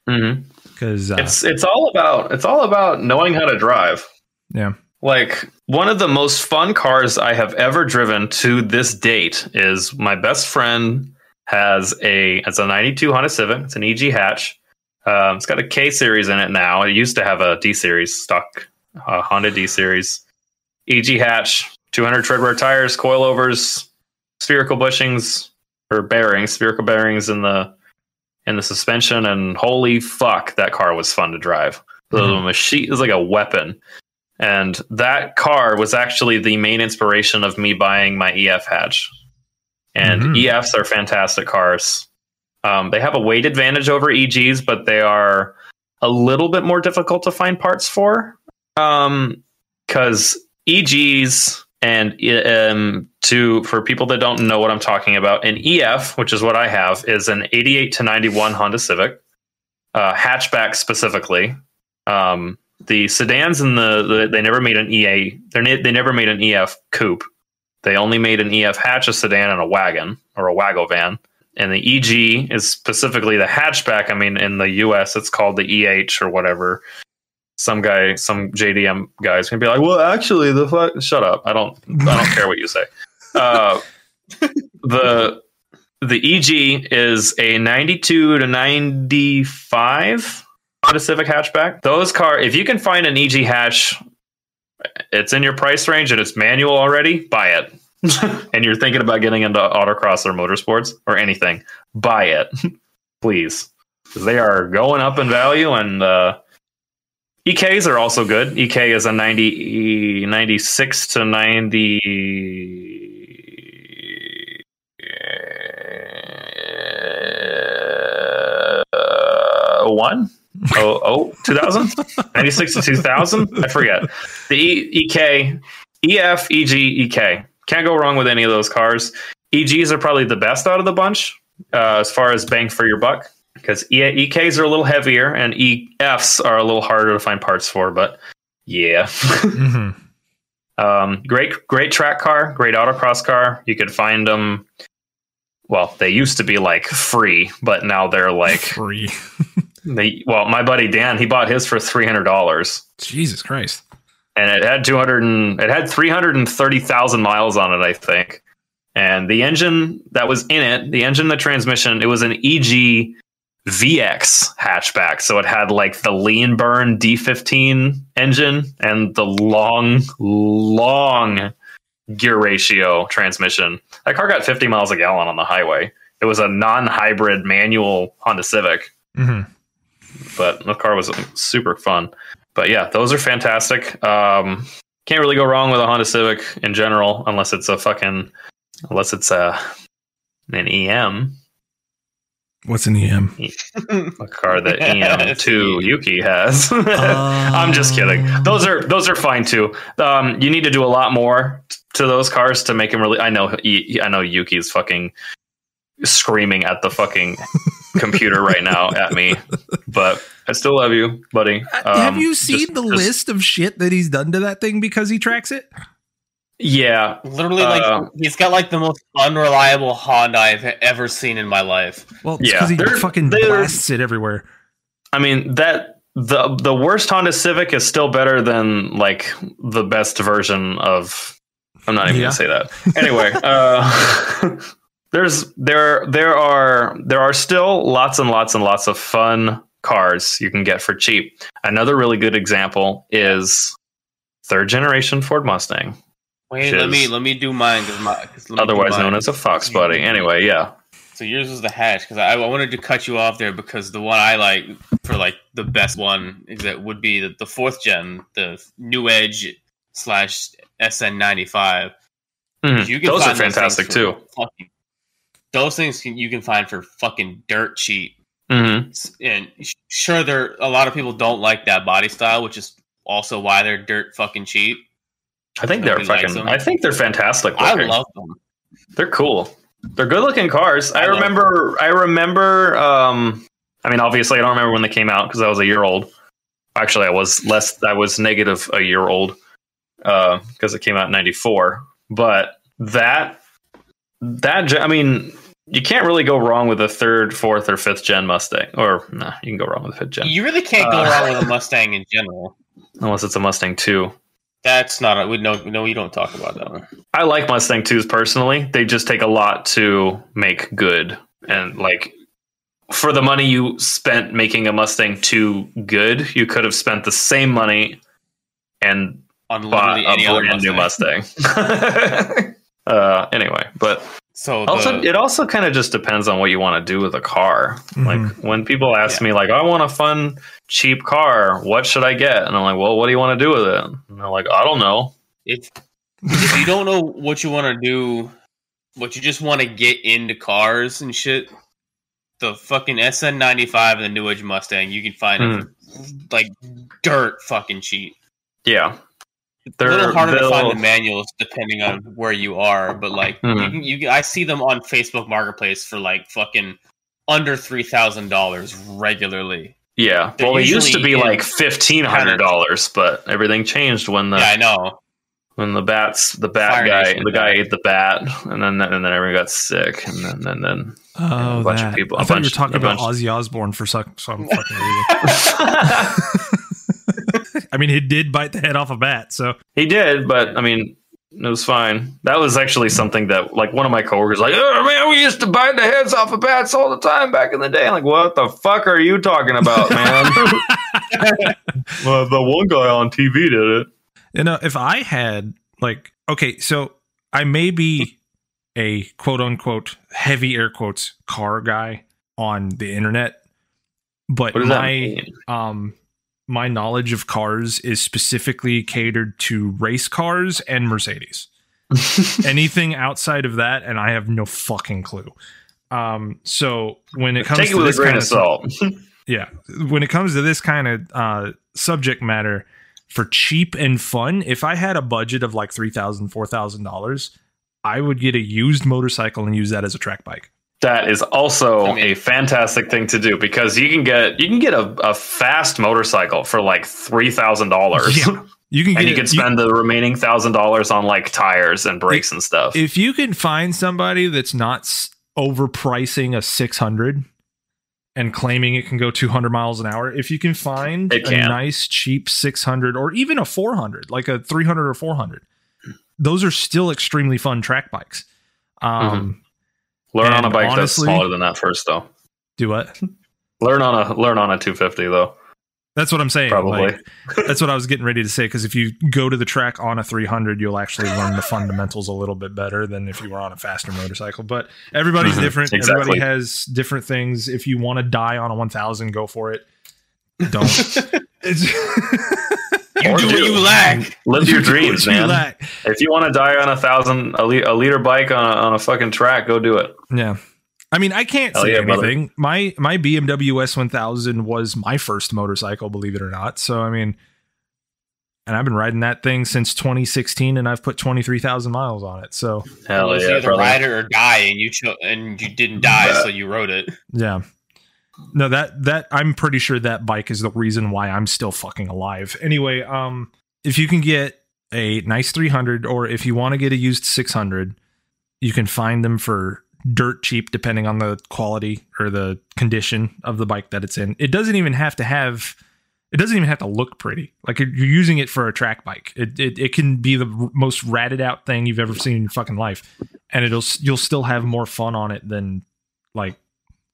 Speaker 3: Mhm.
Speaker 2: Because uh,
Speaker 3: it's it's all about it's all about knowing how to drive
Speaker 2: yeah,
Speaker 3: like one of the most fun cars i have ever driven to this date is my best friend has a it's a 92 honda civic it's an eg hatch um, it's got a k series in it now it used to have a d series stock uh, honda d series eg hatch 200 treadwear tires coilovers spherical bushings or bearings spherical bearings in the in the suspension and holy fuck that car was fun to drive it was a machine it was like a weapon and that car was actually the main inspiration of me buying my EF hatch. And
Speaker 2: Mhm.
Speaker 3: EFs are fantastic cars. Um, they have a weight advantage over EGs, but they are a little bit more difficult to find parts for. Um, because EGs E and um, to for people that don't know what I'm talking about, an EF, which is what I have, is an 88 to 91 Honda Civic, uh, hatchback specifically. Um, the sedans and the, the they never made an EA. They ne- they never made an EF coupe. They only made an EF hatch, a sedan, and a wagon or a wago van. And the EG is specifically the hatchback. I mean, in the US, it's called the EH or whatever. Some guy, some JDM guys can be like, "Well, actually, the fuck, shut up. I don't, I don't care what you say." Uh, the the EG is a 92 to 95 Honda Civic hatchback. Those car, if you can find an EG hatch, it's in your price range and it's manual already. Buy it. and you're thinking about getting into autocross or motorsports or anything, buy it, please, 'Cause they are going up in value. And uh, EKs are also good. EK is a 90, 96 to 90. Uh, one oh oh 2000 96 to 2000 i forget the e- ek ef eg ek E can't go wrong with any of those cars egs are probably the best out of the bunch uh, as far as bang for your buck because e- ek's are a little heavier and E efs are a little harder to find parts for but yeah
Speaker 2: Mhm.
Speaker 3: Um, great, great track car, great autocross car. You could find them. Well, they used to be like free, but now they're like
Speaker 2: Free.
Speaker 3: they. Well, my buddy Dan, he bought his for three hundred dollars,
Speaker 2: Jesus Christ.
Speaker 3: and it had two hundred and it had three hundred and thirty thousand miles on it, I think. And the engine that was in it, the engine, the transmission, it was an E EG VX hatchback, so it had like the lean burn D15 engine and the long, long gear ratio transmission. That car got 50 miles a gallon on the highway. It was a non-hybrid manual Honda Civic
Speaker 2: hmm
Speaker 3: but the car was super fun. But yeah, those are fantastic. Um, can't really go wrong with a Honda Civic in general, unless it's a fucking, unless it's a an E EM,
Speaker 2: What's an E EM?
Speaker 3: a car that EM two Yuki has.
Speaker 2: Uh,
Speaker 3: I'm just kidding.
Speaker 2: Um,
Speaker 3: Those are those are fine too. Um, you need to do a lot more t- to those cars to make them really. I know E- I know Yuki's fucking screaming at the fucking computer right now at me, but I still love you, buddy.
Speaker 2: Uh, Have
Speaker 3: Um,
Speaker 2: you
Speaker 3: just-
Speaker 2: seen the
Speaker 3: just-
Speaker 2: list of shit that he's done to that thing because he tracks it?
Speaker 3: Yeah,
Speaker 1: Literally, like
Speaker 3: Uh,
Speaker 1: he's got like the most unreliable Honda I've ever seen in my life.
Speaker 2: Well,
Speaker 3: Yeah.
Speaker 2: because he
Speaker 3: They're-
Speaker 2: fucking
Speaker 3: they're-
Speaker 2: blasts it everywhere.
Speaker 3: I mean that the the worst Honda Civic is still better than like the best version of. I'm not even
Speaker 2: Yeah.
Speaker 3: gonna say that. Anyway, uh, there's there there are there are still lots and lots and lots of fun cars you can get for cheap. Another really good example is third generation Ford Mustang,
Speaker 1: Wait, let
Speaker 3: Shiz.
Speaker 1: me let me do mine because my 'cause let me do
Speaker 3: otherwise
Speaker 1: mine.
Speaker 3: known as a Fox Buddy. Anyway, yeah,
Speaker 1: So yours was the hatch because I, I wanted to cut you off there because the one I like for like the best one is that would be the, the fourth gen, the New Edge slash SN ninety five.
Speaker 3: Mhm.
Speaker 1: You can
Speaker 3: those
Speaker 1: find
Speaker 3: are
Speaker 1: those things
Speaker 3: fantastic
Speaker 1: for-
Speaker 3: too.
Speaker 1: Fucking those things can, you can find for fucking dirt cheap.
Speaker 3: hmm
Speaker 1: And sh- sure, there a lot of people don't like that body style, which is also why they're dirt fucking cheap.
Speaker 3: I think they're
Speaker 1: Nobody likes
Speaker 3: fucking.
Speaker 1: them.
Speaker 3: I think they're fantastic.
Speaker 1: I
Speaker 3: looking.
Speaker 1: love them.
Speaker 3: They're cool. They're good looking cars. I,
Speaker 1: I love
Speaker 3: remember. I remember. Um, I mean, obviously, I don't remember when they came out because I was a year old. Actually, I was less. I was negative a year old because it came out in '94. But that that gen- I mean, you can't really go wrong with a third, fourth, or fifth gen Mustang. Or nah, you can go wrong with a fifth gen
Speaker 1: You really can't go
Speaker 3: Uh,
Speaker 1: wrong with a Mustang in general.
Speaker 3: unless it's a Mustang two.
Speaker 1: That's not a, we no no we don't talk about that one.
Speaker 3: I like Mustang 2s personally. They just take a lot to make good. And like for the money you spent making a Mustang 2 good, you could have spent the same money and
Speaker 1: On
Speaker 3: bought
Speaker 1: literally
Speaker 3: a
Speaker 1: any other
Speaker 3: brand new Mustang. uh, anyway, but
Speaker 1: So
Speaker 3: also
Speaker 1: the,
Speaker 3: it also kind of just depends on what you want to do with a car. Like when people ask me like I want a fun cheap car, what should I get? And I'm like, "Well, what do you want to do with it?" And they're like, "I don't know."
Speaker 1: if if you don't know what you want to do, but you just want to get into cars and shit, the fucking SN95 and the New Edge Mustang, you can find them
Speaker 3: Hmm.
Speaker 1: for, like dirt fucking cheap.
Speaker 3: Yeah.
Speaker 1: They're, a little harder to find
Speaker 3: they'll-
Speaker 1: the manuals depending on where you are, but like you,
Speaker 3: Mhm.
Speaker 1: can, you, can- I see them on Facebook Marketplace for like fucking under three thousand dollars regularly.
Speaker 3: Yeah.
Speaker 1: They're
Speaker 3: well, they used to
Speaker 1: usually
Speaker 3: be
Speaker 1: in
Speaker 3: like fifteen hundred dollars, but everything changed when the
Speaker 1: yeah, I know.
Speaker 3: when the bats the bat
Speaker 1: Fire
Speaker 3: guy
Speaker 1: Nation
Speaker 3: the guy
Speaker 1: died.
Speaker 3: ate the bat, and then and then everyone got sick, and then then then.
Speaker 2: Oh,
Speaker 3: a bunch of
Speaker 2: that.
Speaker 3: people-
Speaker 2: I
Speaker 3: a
Speaker 2: thought you were
Speaker 3: bunch-
Speaker 2: talking
Speaker 3: a
Speaker 2: about
Speaker 3: bunch-
Speaker 2: Ozzy Osbourne for some, some fucking reason. I mean, he did bite the head off a bat, so
Speaker 3: he did, but I mean. It was fine. That was actually something that, like, one of my coworkers, like, oh man, we used to bite the heads off of bats all the time back in the day. I'm like, what the fuck are you talking about, man? well, the one guy on TV did it.
Speaker 2: You know, if I had like okay, so I may be a quote unquote heavy air quotes car guy on the internet, but
Speaker 3: What does that
Speaker 2: my
Speaker 3: mean?
Speaker 2: um my knowledge of cars is specifically catered to race cars and Mercedes. Anything outside of that, and I have no fucking clue. Um, so when it comes
Speaker 3: Take it
Speaker 2: to
Speaker 3: with a
Speaker 2: this
Speaker 3: grain
Speaker 2: kind
Speaker 3: of
Speaker 2: of
Speaker 3: salt.
Speaker 2: yeah when it comes to this kind of uh subject matter for cheap and fun if i had a budget of like three thousand four thousand dollars i would get a used motorcycle and use that as a track bike
Speaker 3: That is also
Speaker 1: I mean-
Speaker 3: a fantastic thing to do because you can get you can get a, a fast motorcycle for like three thousand dollars.
Speaker 2: Yeah. You can get
Speaker 3: and you
Speaker 2: it-
Speaker 3: can spend the remaining thousand dollars on like tires and brakes and stuff.
Speaker 2: if you can find somebody that's not s- overpricing a 600 and claiming it can go 200 miles an hour if you can find
Speaker 3: It
Speaker 2: a
Speaker 3: can.
Speaker 2: nice cheap 600 or even a 400 like a 300 or 400 those are still extremely fun track bikes
Speaker 3: Mm-hmm.
Speaker 2: um
Speaker 3: Learn on a
Speaker 2: and
Speaker 3: bike
Speaker 2: honestly-
Speaker 3: that's smaller than that first, though.
Speaker 2: do what
Speaker 3: Learn on a learn on a 250 though.
Speaker 2: that's what i'm saying
Speaker 3: Probably.
Speaker 2: like, that's what i was getting ready to say because if you go to the track on a 300 you'll actually learn the fundamentals a little bit better than if you were on a faster motorcycle but everybody's
Speaker 3: Mhm,
Speaker 2: different
Speaker 3: exactly.
Speaker 2: everybody has different things if you want to die on a 1000 go for it don't it's
Speaker 1: You
Speaker 3: Or
Speaker 1: do what
Speaker 3: do.
Speaker 1: you lack.
Speaker 3: Live your
Speaker 2: You do what
Speaker 3: dreams,
Speaker 2: you
Speaker 3: man.
Speaker 2: like.
Speaker 3: If you want to die on a thousand a, le- a liter bike on a, on a fucking track, go do it.
Speaker 2: yeah i mean i can't
Speaker 3: Hell
Speaker 2: say
Speaker 3: yeah, brother.
Speaker 2: anything my my bmw s1000 was my first motorcycle believe it or not so i mean and i've been riding that thing since 2016 and i've put 23000 miles on it so
Speaker 1: It
Speaker 3: Hell
Speaker 1: was
Speaker 3: yeah,
Speaker 1: either
Speaker 3: brother.
Speaker 1: ride it or die, and you cho- and you didn't die, so you rode it.
Speaker 2: Yeah. No, that that I'm pretty sure that bike is the reason why I'm still fucking alive. Anyway, um if you can get a nice 300 or if you want to get a used 600, you can find them for dirt cheap depending on the quality or the condition of the bike that it's in. It doesn't even have to have it doesn't even have to look pretty. Like you're you're using it for a track bike. It it, it can be the r- most ratted out thing you've ever seen in your fucking life and it'll s- you'll still have more fun on it than like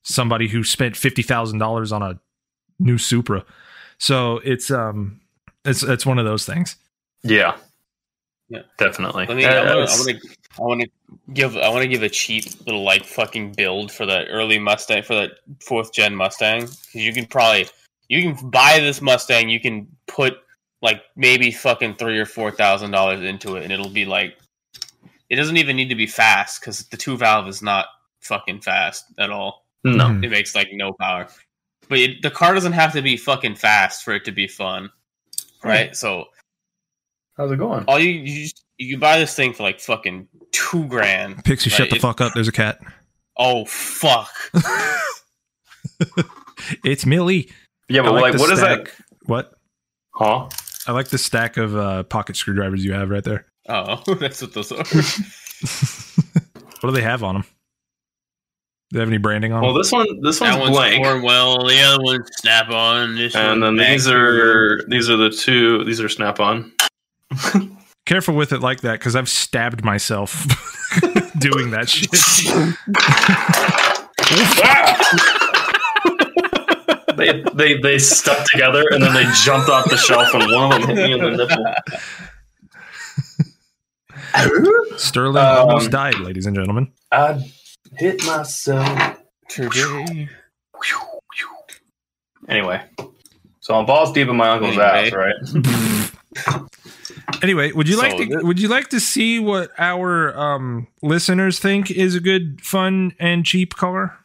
Speaker 2: somebody who spent fifty thousand dollars on a new Supra. So it's um it's it's one of those things.
Speaker 3: Yeah.
Speaker 1: Yeah.
Speaker 3: Definitely.
Speaker 1: Let me.
Speaker 3: Yeah,
Speaker 1: I want
Speaker 3: it's-
Speaker 1: to. I want to give. I want to give a cheap little like fucking build for that early Mustang for that fourth gen Mustang because you can probably you can buy this Mustang. You can put like maybe fucking three or four thousand dollars into it, and it'll be like it doesn't even need to be fast because the two valve is not fucking fast at all.
Speaker 3: no.
Speaker 2: Mhm.
Speaker 1: It makes like no power, but it, the car doesn't have to be fucking fast for it to be fun, right? So
Speaker 3: How's it going?
Speaker 1: all you you, just- you buy this thing for like fucking two grand.
Speaker 2: Pixie, shut
Speaker 1: Right,
Speaker 2: the
Speaker 1: it-
Speaker 2: fuck up. There's a cat.
Speaker 1: Oh fuck!
Speaker 2: It's Millie.
Speaker 3: Yeah, but like, what is that?
Speaker 2: What?
Speaker 3: Huh?
Speaker 2: I like the stack of uh, pocket screwdrivers you have right there.
Speaker 1: Oh, that's what those are.
Speaker 2: What do they have on them? Do they have any branding on
Speaker 3: Well,
Speaker 2: them?
Speaker 3: this one, this one's
Speaker 1: that one's
Speaker 3: blank,
Speaker 1: Cornwell. The other one's Snap On. This
Speaker 3: and then
Speaker 1: one's
Speaker 3: these
Speaker 1: Vancouver.
Speaker 3: are these are the two. These are Snap On.
Speaker 2: Careful with it like that because I've stabbed myself doing that shit.
Speaker 3: Ah! they, they they stuck together and then they jumped off the shelf and one of them hit me in the nipple.
Speaker 2: Sterling
Speaker 3: Um,
Speaker 2: almost died, ladies and gentlemen.
Speaker 3: I hit myself.
Speaker 1: Today.
Speaker 3: Anyway, so I'm balls deep in my uncle's
Speaker 1: Anyway.
Speaker 3: ass, right?
Speaker 2: Anyway, would you like
Speaker 1: So
Speaker 2: to
Speaker 1: that-
Speaker 2: would you like to see what our um, listeners think is a good, fun, and cheap car,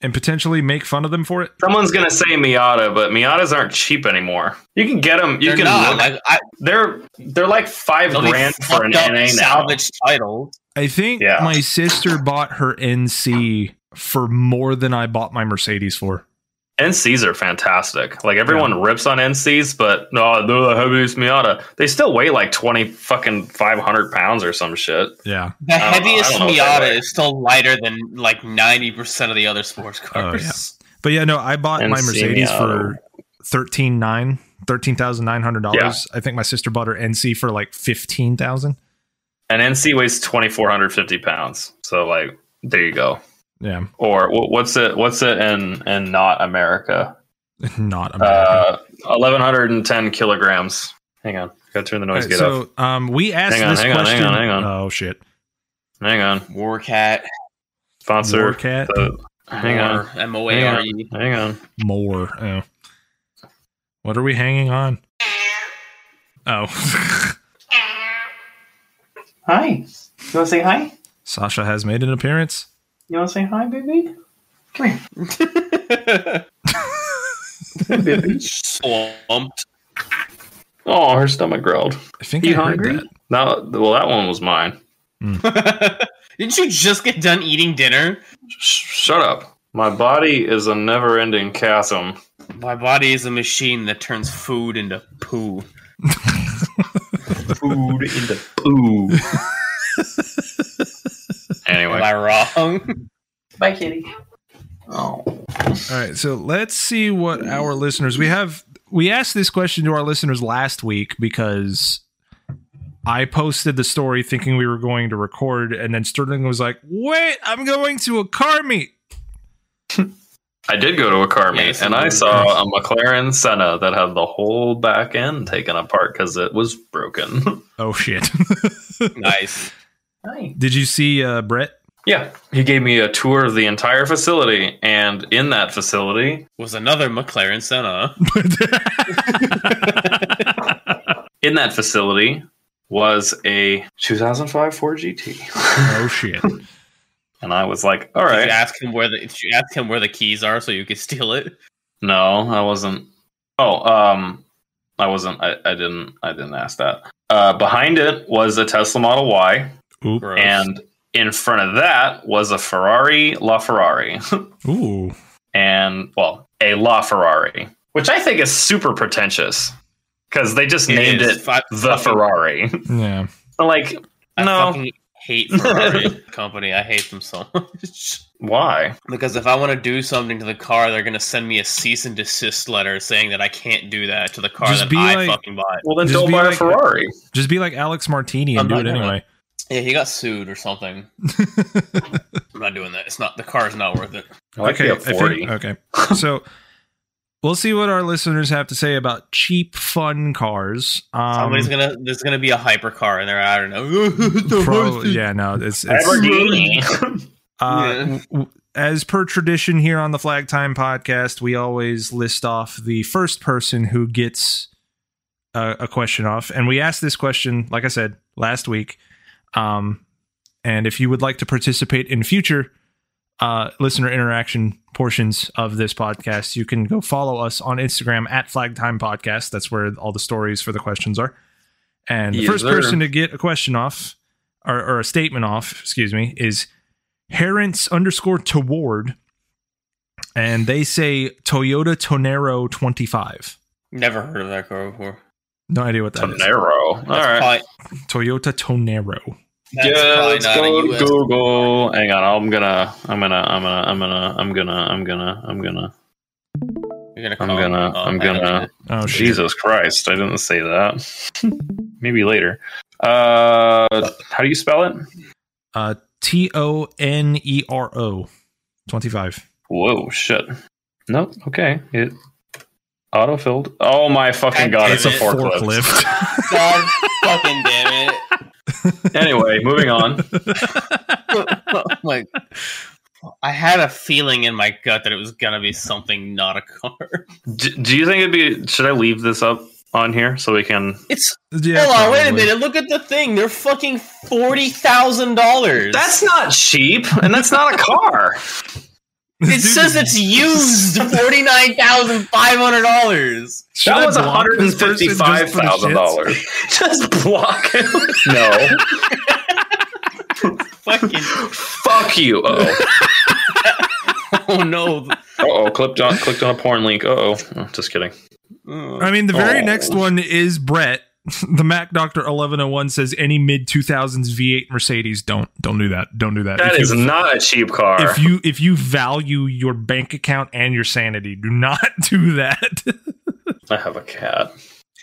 Speaker 2: and potentially make fun of them for it?
Speaker 3: Someone's gonna say Miata, but Miatas aren't cheap anymore. You can get them.
Speaker 1: They're
Speaker 3: You can.
Speaker 1: not
Speaker 3: look-
Speaker 1: like I,
Speaker 3: they're they're like five
Speaker 1: they'll be
Speaker 3: grand for an
Speaker 1: fucked up
Speaker 3: NA now.
Speaker 1: salvage title.
Speaker 2: I think
Speaker 3: Yeah.
Speaker 2: my sister bought her NC for more than I bought my Mercedes for.
Speaker 3: NCs are fantastic. Like everyone rips on NCs, but no, they're the heaviest Miata. They still weigh like twenty fucking five hundred pounds or some shit.
Speaker 2: Yeah,
Speaker 1: The
Speaker 3: Oh, I don't know- I
Speaker 1: heaviest
Speaker 3: don't know what they
Speaker 1: Miata
Speaker 3: weigh.
Speaker 1: is still lighter than like ninety percent of the other sports
Speaker 2: Oh, yeah.
Speaker 1: cars.
Speaker 2: but yeah, no, I bought my
Speaker 3: NC
Speaker 2: Mercedes
Speaker 3: Miata.
Speaker 2: for thirteen nine. Thirteen thousand nine hundred dollars. I think my sister bought her NC for like fifteen thousand.
Speaker 3: An NC weighs twenty four hundred fifty pounds. So like, there you go.
Speaker 2: Yeah,
Speaker 3: Or wh- what's it? What's it in in not America?
Speaker 2: not American.
Speaker 3: Uh, eleven hundred and ten kilograms. Hang on, gotta turn the noise
Speaker 2: Alright,
Speaker 3: gate
Speaker 2: so
Speaker 3: off.
Speaker 2: um, we asked
Speaker 3: Hang on,
Speaker 2: this
Speaker 3: hang on, hang
Speaker 2: question.
Speaker 3: on, hang on.
Speaker 2: Oh shit,
Speaker 3: Hang on,
Speaker 1: Warcat.
Speaker 3: sponsor.
Speaker 2: Warcat.
Speaker 3: Uh, hang on,
Speaker 1: M O A R E.
Speaker 3: hang on.
Speaker 2: more. Oh. What are we hanging on? Oh,
Speaker 3: Hi. You wanna say hi?
Speaker 2: Sasha has made an appearance.
Speaker 3: You wanna say hi, baby? Come here.
Speaker 1: Slumped.
Speaker 3: Oh, her stomach growled.
Speaker 2: I think
Speaker 3: You
Speaker 2: I heard
Speaker 3: hungry?
Speaker 2: that.
Speaker 3: No, well, that one was mine.
Speaker 1: Didn't you just get done eating dinner?
Speaker 3: Sh- shut up. My body is a never-ending chasm.
Speaker 1: My body is a machine that turns food into poo.
Speaker 3: Food in the poo.
Speaker 1: Am
Speaker 3: anyway.
Speaker 1: I wrong?
Speaker 3: Bye, kitty. Oh.
Speaker 2: All right, so let's see what our listeners we have. We asked this question to our listeners last week because I posted the story thinking we were going to record, and then Sterling was like, "Wait, I'm going to a car meet."
Speaker 3: I did go to a car meet,
Speaker 1: Yes,
Speaker 3: and
Speaker 1: you
Speaker 3: I
Speaker 1: did.
Speaker 3: saw a McLaren Senna that had the whole back end taken apart because it was broken.
Speaker 2: Oh shit!
Speaker 1: nice.
Speaker 2: Did you see uh, Brett?
Speaker 3: Yeah, he gave me a tour of the entire facility, and in that facility,
Speaker 1: Was another McLaren Senna.
Speaker 3: in that facility was a 2005 Ford GT,
Speaker 2: oh shit!
Speaker 3: and I was like, "All
Speaker 1: Did you
Speaker 3: right,
Speaker 1: ask him where the did you ask him where the keys are so you could steal it?
Speaker 3: no, I wasn't. Oh, um, I wasn't. I, I didn't. I didn't ask that. Uh, behind it was a Tesla Model Y,
Speaker 2: Oop.
Speaker 1: Gross.
Speaker 3: and in front of that was a Ferrari LaFerrari.
Speaker 2: Ooh.
Speaker 3: and well, a La Ferrari, which I think is super pretentious because they just named
Speaker 1: is
Speaker 3: it
Speaker 1: fi-
Speaker 3: the
Speaker 1: fucking-
Speaker 3: Ferrari.
Speaker 2: Yeah.
Speaker 3: like,
Speaker 1: I
Speaker 3: no,
Speaker 1: fucking hate Ferrari company. I hate them so much.
Speaker 3: why?
Speaker 1: Because if I want to do something to the car, they're gonna send me a cease and desist letter saying that I can't do that to the car
Speaker 2: Just
Speaker 1: that
Speaker 2: be
Speaker 1: I
Speaker 2: like-
Speaker 1: fucking bought.
Speaker 3: Well, then
Speaker 2: Just
Speaker 3: don't
Speaker 2: be
Speaker 3: buy a
Speaker 2: like-
Speaker 3: Ferrari.
Speaker 2: Just be like Alex Martini and
Speaker 1: I'm
Speaker 2: do
Speaker 1: not
Speaker 2: it
Speaker 1: gonna.
Speaker 2: anyway.
Speaker 1: Yeah, he got sued or something. I'm not doing that. It's not the car's not worth it.
Speaker 3: I like
Speaker 2: okay,
Speaker 3: the F40.
Speaker 2: I think, okay. so we'll see what our listeners have to say about cheap fun cars. Um,
Speaker 1: Somebody's gonna there's gonna be a hypercar in there. I don't know.
Speaker 2: probably, yeah, no, it's, it's
Speaker 3: Lamborghini.
Speaker 2: uh,
Speaker 1: Yeah.
Speaker 2: w- w- as per tradition here on the Flag Time podcast, we always list off the first person who gets a, a question off, and we asked this question, like I said last week. Um, and if you would like to participate in future uh, listener interaction portions of this podcast, you can go follow us on Instagram at Flag Time Podcast. That's where all the stories for the questions are. And the
Speaker 3: Yes,
Speaker 2: first
Speaker 3: sir.
Speaker 2: person to get a question off or, or a statement off, excuse me, is Herence underscore toward. And they say Toyota Tonero 25.
Speaker 1: Never heard of that car before.
Speaker 2: No idea what that is.
Speaker 3: Tonero. All
Speaker 1: That's
Speaker 3: right.
Speaker 1: probably-
Speaker 2: Toyota Tonero.
Speaker 1: that's
Speaker 3: yeah,
Speaker 1: probably
Speaker 3: let's
Speaker 1: not a
Speaker 3: go to
Speaker 1: US
Speaker 3: Google. Hang on, I'm gonna, I'm gonna, I'm gonna, I'm gonna, I'm gonna, I'm gonna, I'm gonna.
Speaker 1: You're gonna
Speaker 3: I'm
Speaker 1: call
Speaker 3: gonna-
Speaker 1: him, uh,
Speaker 3: I'm
Speaker 1: I don't
Speaker 3: gonna-
Speaker 1: need it.
Speaker 2: Oh, shit.
Speaker 3: Jesus Christ, I didn't say that. Maybe later. Uh, how do you spell it?
Speaker 2: Uh, T O N E R O 25.
Speaker 3: Whoa, shit. Nope. Okay. It autofilled. Oh my fucking god!
Speaker 1: God
Speaker 3: It's a
Speaker 1: damn
Speaker 3: forklift.
Speaker 1: God fucking damn it.
Speaker 3: anyway, moving on.
Speaker 1: like I had a feeling in my gut that it was gonna be something not a car.
Speaker 3: D- do you think it'd be? Should I leave this up on here so we can?
Speaker 1: It's
Speaker 2: yeah,
Speaker 1: hold on, wait a
Speaker 2: probably.
Speaker 1: minute, look at the thing. They're fucking forty thousand dollars.
Speaker 3: That's not cheap, and that's not a car.
Speaker 1: it says it's used forty nine thousand five hundred dollars.
Speaker 2: Should
Speaker 3: That
Speaker 2: I
Speaker 3: was one
Speaker 2: block
Speaker 3: hundred
Speaker 2: this
Speaker 3: and
Speaker 2: person just for the
Speaker 3: fifty-five thousand dollars. Just block him. no,
Speaker 1: Fucking
Speaker 3: fuck you. Oh,
Speaker 1: oh no.
Speaker 3: oh, clicked on clicked on a porn link. Uh-oh. oh, just kidding.
Speaker 2: shits? I mean, the very
Speaker 3: Oh.
Speaker 2: next one is Brett. The Mac Doctor 1101 says any mid 2000s V8 Mercedes don't don't do that. Don't do that.
Speaker 3: That
Speaker 2: If
Speaker 3: is
Speaker 2: you-
Speaker 3: not a cheap car.
Speaker 2: if you if you value your bank account and your sanity, do not do that.
Speaker 3: I have a cat.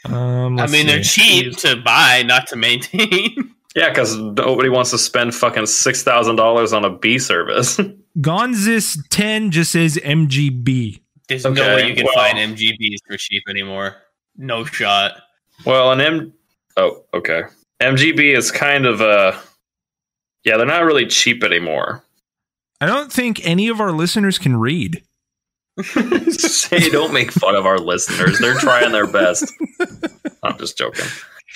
Speaker 2: um,
Speaker 1: I
Speaker 2: let's
Speaker 1: mean, they're
Speaker 2: see.
Speaker 1: cheap to buy, not to maintain.
Speaker 3: Yeah, because nobody wants to spend fucking six thousand dollars on a B service.
Speaker 2: Gonzis 10 just says MGB.
Speaker 1: There's
Speaker 3: Okay,
Speaker 1: no way you can
Speaker 3: well-
Speaker 1: find MGBs for cheap anymore. No shot.
Speaker 3: well, an M. Oh, okay. MGB is kind of a. Yeah, they're not really cheap anymore.
Speaker 2: I don't think any of our listeners can read.
Speaker 3: Say, don't make fun of our listeners. They're trying their best. I'm just joking.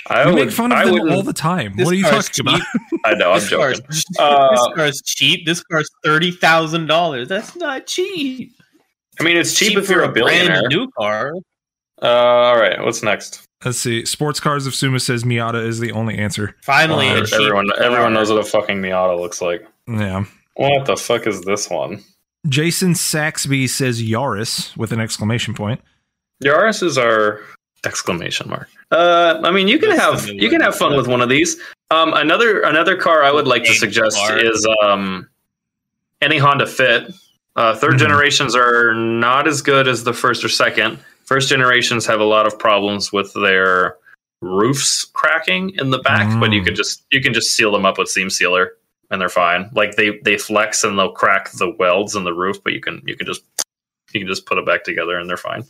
Speaker 3: I
Speaker 2: We
Speaker 3: would.
Speaker 2: make fun of
Speaker 3: I
Speaker 2: them
Speaker 3: wouldn't-
Speaker 2: all the time.
Speaker 1: This
Speaker 2: What are you
Speaker 1: car's
Speaker 2: talking about?
Speaker 3: I know. I'm
Speaker 1: this car is
Speaker 3: joking.
Speaker 1: this
Speaker 3: Uh,
Speaker 1: car's cheap. This car's thirty thousand dollars. That's not cheap.
Speaker 3: I mean, it's cheap, if
Speaker 1: for
Speaker 3: you're a billionaire.
Speaker 1: Brand new car.
Speaker 3: Uh, all right. What's next?
Speaker 2: Let's see. Sports cars of Suma says Miata is the only answer.
Speaker 1: Finally,
Speaker 3: Uh,
Speaker 1: a cheap
Speaker 3: everyone,
Speaker 1: car.
Speaker 3: everyone knows what a fucking Miata looks like.
Speaker 2: Yeah.
Speaker 3: What the fuck is this one?
Speaker 2: Jason Saxby says Yaris with an exclamation point.
Speaker 3: Yaris is our exclamation mark. Uh, I mean, you can
Speaker 1: That's
Speaker 3: have
Speaker 1: something
Speaker 3: you can
Speaker 1: we're
Speaker 3: have fun
Speaker 1: gonna-
Speaker 3: with one of these. Um, another another car I would like to
Speaker 1: Name
Speaker 3: suggest
Speaker 1: car.
Speaker 3: is um, any Honda Fit. Uh, 3rd
Speaker 2: Mhm.
Speaker 3: generations are not as good as the first or second. First generations have a lot of problems with their roofs cracking in the back, but you
Speaker 2: Mm.
Speaker 3: could just you can just seal them up with seam sealer and they're fine. Like they they flex and they'll crack the welds in the roof, but you can you can just you can just put it back together and they're fine.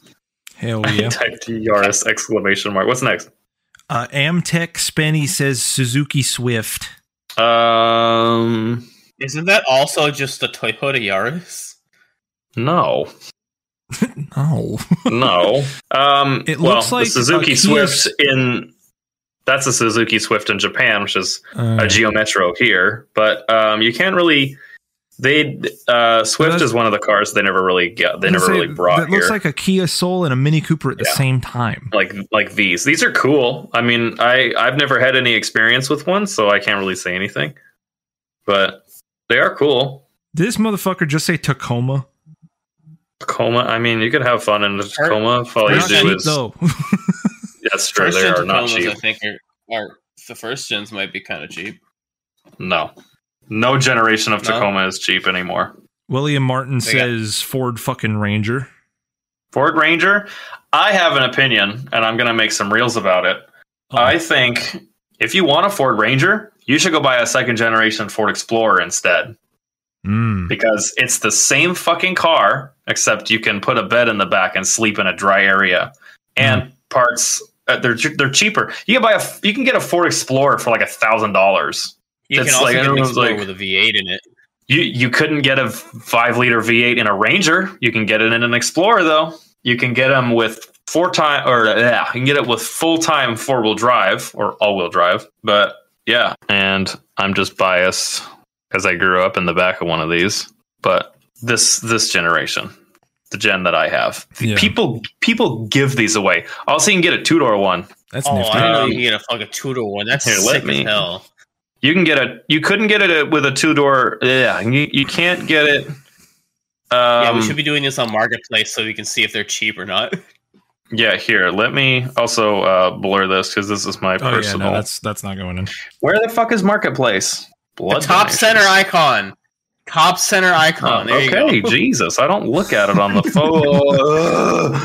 Speaker 2: Hell
Speaker 3: I
Speaker 2: Oh, yeah.
Speaker 3: typed Yaris E exclamation mark. What's next?
Speaker 2: Uh, Amtech Spenny says Suzuki Swift.
Speaker 3: Um,
Speaker 1: Isn't that also just a Toyota Yaris?
Speaker 3: no,
Speaker 2: No.
Speaker 3: no. Um,
Speaker 2: It
Speaker 3: well,
Speaker 2: looks like
Speaker 3: the Suzuki
Speaker 2: a Kia-
Speaker 3: Swift in that's a Suzuki Swift in Japan, which is
Speaker 2: Uh,
Speaker 3: a Geo Metro here. But um, you can't really. They uh, Swift
Speaker 2: that's-
Speaker 3: is one of the cars they never really get. They
Speaker 2: I'm gonna
Speaker 3: never
Speaker 2: say
Speaker 3: really brought
Speaker 2: That looks
Speaker 3: here.
Speaker 2: like a Kia Soul and a Mini Cooper at the
Speaker 3: Yeah.
Speaker 2: same time.
Speaker 3: like like these. These are cool. I mean, I I've never had any experience with one, so I can't really say anything. But they are cool.
Speaker 2: Did this motherfucker just say Tacoma?
Speaker 3: Tacoma. I mean, you could have fun in a Tacoma. If all
Speaker 1: They're
Speaker 3: you
Speaker 2: Not
Speaker 1: do
Speaker 2: cheap,
Speaker 3: do is
Speaker 2: though.
Speaker 3: that's true. They
Speaker 1: gen
Speaker 3: are not
Speaker 1: Tacomas,
Speaker 3: cheap.
Speaker 1: I think are, are the first gens might be kind of cheap.
Speaker 3: No, no generation of
Speaker 1: No?
Speaker 3: Tacoma is cheap anymore.
Speaker 2: William Martin
Speaker 1: They got-
Speaker 2: says Ford fucking Ranger.
Speaker 3: Ford Ranger. I have an opinion, and I'm going to make some reels about it.
Speaker 2: Oh.
Speaker 3: I think if you want a Ford Ranger, you should go buy a second generation Ford Explorer instead.
Speaker 2: Mm.
Speaker 3: because it's the same fucking car except you can put a bed in the back and sleep in a dry area
Speaker 2: Hmm.
Speaker 3: and parts uh, they're ch- they're cheaper you can buy a you can get a ford explorer for like a thousand dollars
Speaker 1: You
Speaker 3: It's
Speaker 1: can also
Speaker 3: like
Speaker 1: get an
Speaker 3: everyone's
Speaker 1: Explorer
Speaker 3: like-
Speaker 1: with a V8 in it.
Speaker 3: you you couldn't get a five liter v8 in a ranger you can get it in an explorer though you can get them with four time or yeah you can get it with full time four wheel drive or all wheel drive but yeah and i'm just biased because i grew up in the back of one of these but this this generation the gen that i have
Speaker 2: Yeah.
Speaker 3: people people give these away also you can get a two-door one
Speaker 2: That's
Speaker 1: Oh,
Speaker 2: nifty.
Speaker 1: I didn't know
Speaker 3: Um,
Speaker 1: you could get a fucking two to one. That's
Speaker 3: here,
Speaker 1: sick
Speaker 3: let
Speaker 1: as
Speaker 3: me-
Speaker 1: hell.
Speaker 3: You can get a. You couldn't get it with a two door. Yeah, you, you can't get it. Um,
Speaker 1: yeah, we should be doing this on Marketplace so we can see if they're cheap or not.
Speaker 3: yeah, here. Let me also uh, blur this because this is my
Speaker 2: Oh yeah,
Speaker 3: personal.
Speaker 2: no, that's that's not going in.
Speaker 3: Where the fuck is marketplace?
Speaker 1: The
Speaker 3: Blood
Speaker 1: top
Speaker 3: donations.
Speaker 1: center icon. Top center icon.
Speaker 3: Oh,
Speaker 1: there you
Speaker 3: okay,
Speaker 1: go.
Speaker 3: Jesus, I don't look at it on the phone.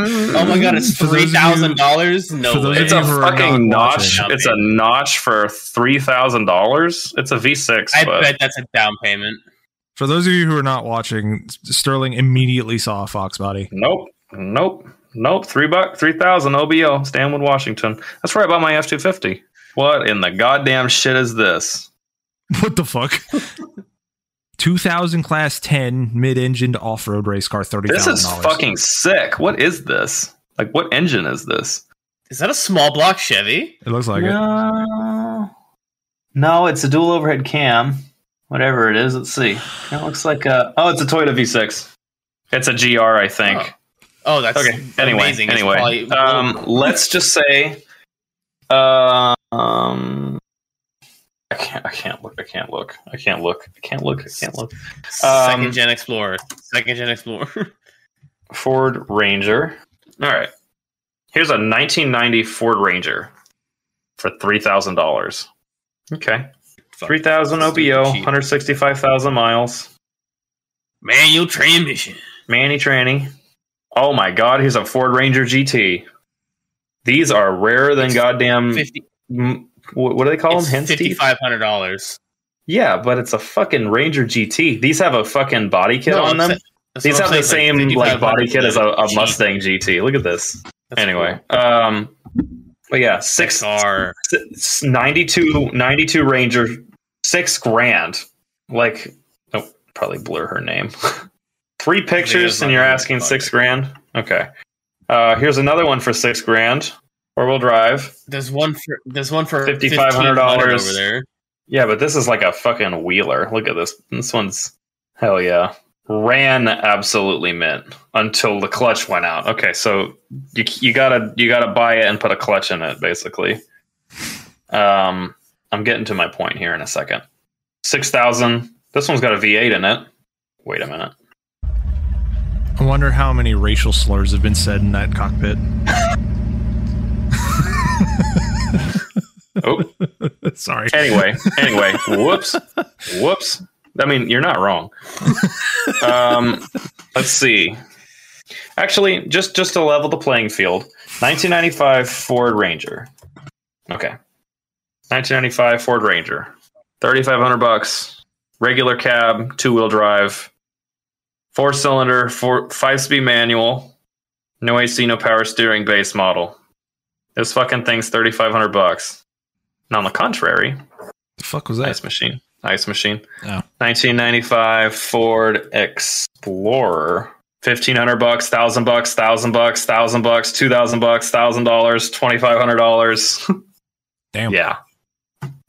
Speaker 1: Oh my god, it's
Speaker 2: For those of you-
Speaker 1: three thousand dollars.
Speaker 2: for
Speaker 1: No
Speaker 2: those
Speaker 1: way.
Speaker 3: It's a
Speaker 2: Whatever,
Speaker 3: fucking
Speaker 2: not
Speaker 3: notch.
Speaker 1: watching.
Speaker 3: It's a notch for three thousand dollars. It's a V six.
Speaker 1: I
Speaker 3: but
Speaker 1: bet that's a down payment.
Speaker 2: For those of you who are not watching, S- Sterling immediately saw a fox body.
Speaker 3: Nope. Nope. Nope. Three buck three thousand OBO, Stanwood, Washington. That's where I bought my F two fifty. What in the goddamn shit is this?
Speaker 2: What the fuck? 2000 class 10 mid-engined off-road race car $30,000.
Speaker 3: This is fucking sick. What is this? Like what engine is this?
Speaker 1: Is that a small block Chevy?
Speaker 2: It looks like it.
Speaker 3: no. No, it's a dual overhead cam. Whatever it is, let's see. It looks like a oh, it's a Toyota V six. It's a GR, I think.
Speaker 1: Oh. Oh, that's
Speaker 3: okay. Anyway,
Speaker 1: amazing. It's
Speaker 3: anyway,
Speaker 1: probably-
Speaker 3: um, let's just say, uh, um, I can't, I can't look, I can't look, I can't look, I can't look, I can't look. um,
Speaker 1: second gen Explorer. Second gen Explorer.
Speaker 3: Ford Ranger. All right, here's a 1990 Ford Ranger for three thousand dollars. Okay, three thousand OBO,
Speaker 1: Cheap.
Speaker 3: 165,000 miles,
Speaker 1: Manual transmission.
Speaker 3: Manny Tranny. Oh my God, here's a Ford Ranger GT. These are rarer than
Speaker 1: It's
Speaker 3: goddamn.
Speaker 1: Fifty.
Speaker 3: M- what, what do they Hmm. call
Speaker 1: It's
Speaker 3: them? Hen's
Speaker 1: fifty
Speaker 3: teeth?
Speaker 1: five hundred dollars.
Speaker 3: Yeah, but it's a fucking Ranger GT. These have a fucking body kit
Speaker 1: No,
Speaker 3: on
Speaker 1: I'm
Speaker 3: them.
Speaker 1: sa- That's
Speaker 3: These
Speaker 1: what
Speaker 3: have
Speaker 1: I'm
Speaker 3: the
Speaker 1: saying,
Speaker 3: same like body
Speaker 1: 5500
Speaker 3: kit as a, a
Speaker 1: cheap.
Speaker 3: Mustang GT. Look at this.
Speaker 1: That's
Speaker 3: anyway, um, but yeah, six,
Speaker 1: Six R.
Speaker 3: six 92, 92 Ranger, six grand. Like, oh, probably blur her name. Three pictures,
Speaker 1: is
Speaker 3: and
Speaker 1: not
Speaker 3: you're
Speaker 1: her
Speaker 3: asking
Speaker 1: fuck.
Speaker 3: six grand. Okay. Uh, here's another one for six grand. Four wheel drive.
Speaker 1: There's one for there's one for
Speaker 3: $5,500
Speaker 1: $1,500 over there.
Speaker 3: Yeah, but this is like a fucking wheeler. Look at this. This one's hell yeah. Ran absolutely mint until the clutch went out. Okay, so you you gotta you gotta buy it and put a clutch in it, basically. Um, I'm getting to my point here in a second. Six thousand. This one's got a V8 in it. Wait a minute.
Speaker 2: I wonder how many racial slurs have been said in that cockpit.
Speaker 3: Oh,
Speaker 4: Sorry.
Speaker 3: anyway, anyway, whoops, whoops. I mean, you're not wrong. Um, let's see. Actually, just just to level the playing field, 1995 Ford Ranger. Okay, 1995 Ford Ranger, 3,500 bucks, regular cab, two wheel drive, four cylinder, four five speed manual, no AC, no power steering base model. This fucking thing's 3,500 bucks. And on the contrary,
Speaker 2: The fuck was
Speaker 3: Ice Machine. Ice Machine.
Speaker 2: Oh.
Speaker 3: 1995 Ford Explorer. 1500 bucks, 1000 bucks, 1000 bucks, 1000 bucks, 2000 bucks, $1000, $2500.
Speaker 2: Damn.
Speaker 3: yeah.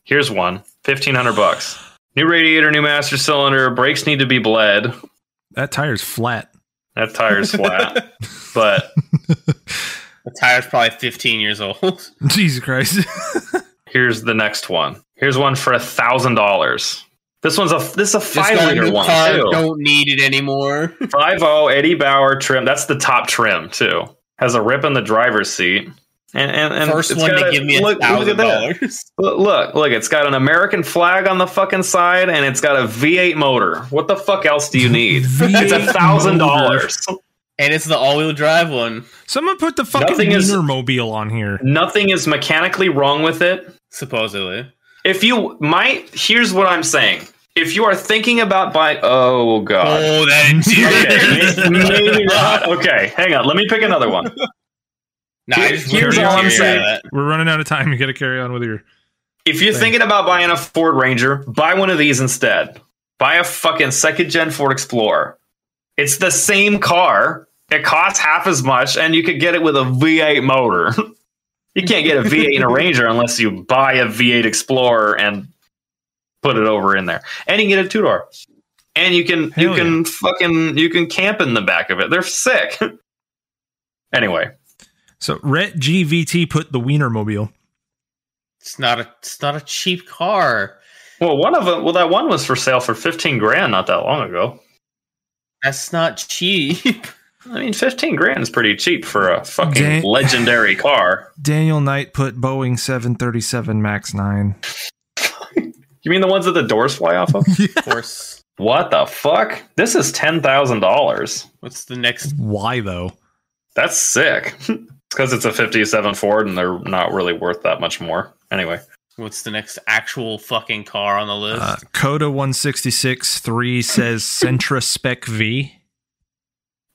Speaker 3: Here's one. 1500 bucks. New radiator, new master cylinder, brakes need to be bled.
Speaker 2: That tire's flat.
Speaker 3: That tire's flat. but
Speaker 1: The tire's probably 15 years old.
Speaker 4: Jesus Christ.
Speaker 3: here's the next one. Here's one for $1000. This one's a this is a
Speaker 1: Just
Speaker 3: 5
Speaker 1: got a
Speaker 3: liter
Speaker 1: new
Speaker 3: one.
Speaker 1: car,
Speaker 3: too.
Speaker 1: don't need it anymore.
Speaker 3: 5.0 oh, Eddie Bauer trim. That's the top trim too. Has a rip in the driver's seat. And, and, and
Speaker 1: First
Speaker 3: it's
Speaker 1: one
Speaker 3: got
Speaker 1: to give me a
Speaker 3: look- look at
Speaker 1: thousand
Speaker 3: that.
Speaker 1: dollars.
Speaker 3: Look, look, look, it's got an American flag on the fucking side, and it's got a V8 motor. What the fuck else do you need? it's a
Speaker 2: V8
Speaker 3: thousand
Speaker 2: motor.
Speaker 3: dollars.
Speaker 1: And it's the all-wheel drive one.
Speaker 4: Someone put the fucking
Speaker 3: Nothing is-
Speaker 4: wiener-
Speaker 2: Mobile on here.
Speaker 3: Nothing is mechanically wrong with it.
Speaker 1: Supposedly.
Speaker 3: If you might, here's what I'm saying. If you are thinking about buying, oh god,
Speaker 1: Oh, that
Speaker 3: okay, may- maybe not. Okay, hang on. Let me pick another one.
Speaker 1: Nah, I just
Speaker 3: Here's
Speaker 1: wouldn't
Speaker 3: all I'm
Speaker 1: hear
Speaker 3: saying.
Speaker 1: that.
Speaker 2: We're running out of time. You got to carry on with your.
Speaker 3: If you're
Speaker 2: Thing.
Speaker 3: thinking about buying a Ford Ranger, buy one of these instead. Buy a fucking second gen Ford Explorer. It's the same car. It costs half as much, and you could get it with a V8 motor. you can't get a V8 in a Ranger unless you buy a V8 Explorer and put it over in there. And you can get a two door. And you can you
Speaker 2: Hell
Speaker 3: can fucking you can camp in the back of it. They're sick. anyway,
Speaker 2: So Ret GVT put the Wiener Mobile.
Speaker 1: It's not a it's not a cheap car.
Speaker 3: well, one of them. Well, that one was for sale for fifteen grand not that long ago.
Speaker 1: That's not cheap.
Speaker 3: I mean, fifteen grand is pretty cheap for a fucking
Speaker 2: Dang.
Speaker 3: legendary car.
Speaker 2: Daniel Knight put Boeing 737 Max 9.
Speaker 3: You mean the ones that the doors fly off of?
Speaker 1: Of course.
Speaker 3: what the fuck? This is ten thousand dollars.
Speaker 1: What's the next?
Speaker 2: Why though?
Speaker 3: That's sick. it's because it's a '57 Ford, and they're not really worth that much more. Anyway,
Speaker 1: What's the next actual fucking car on the list?
Speaker 2: Uh, Coda 166 3 says Sentra Spec V.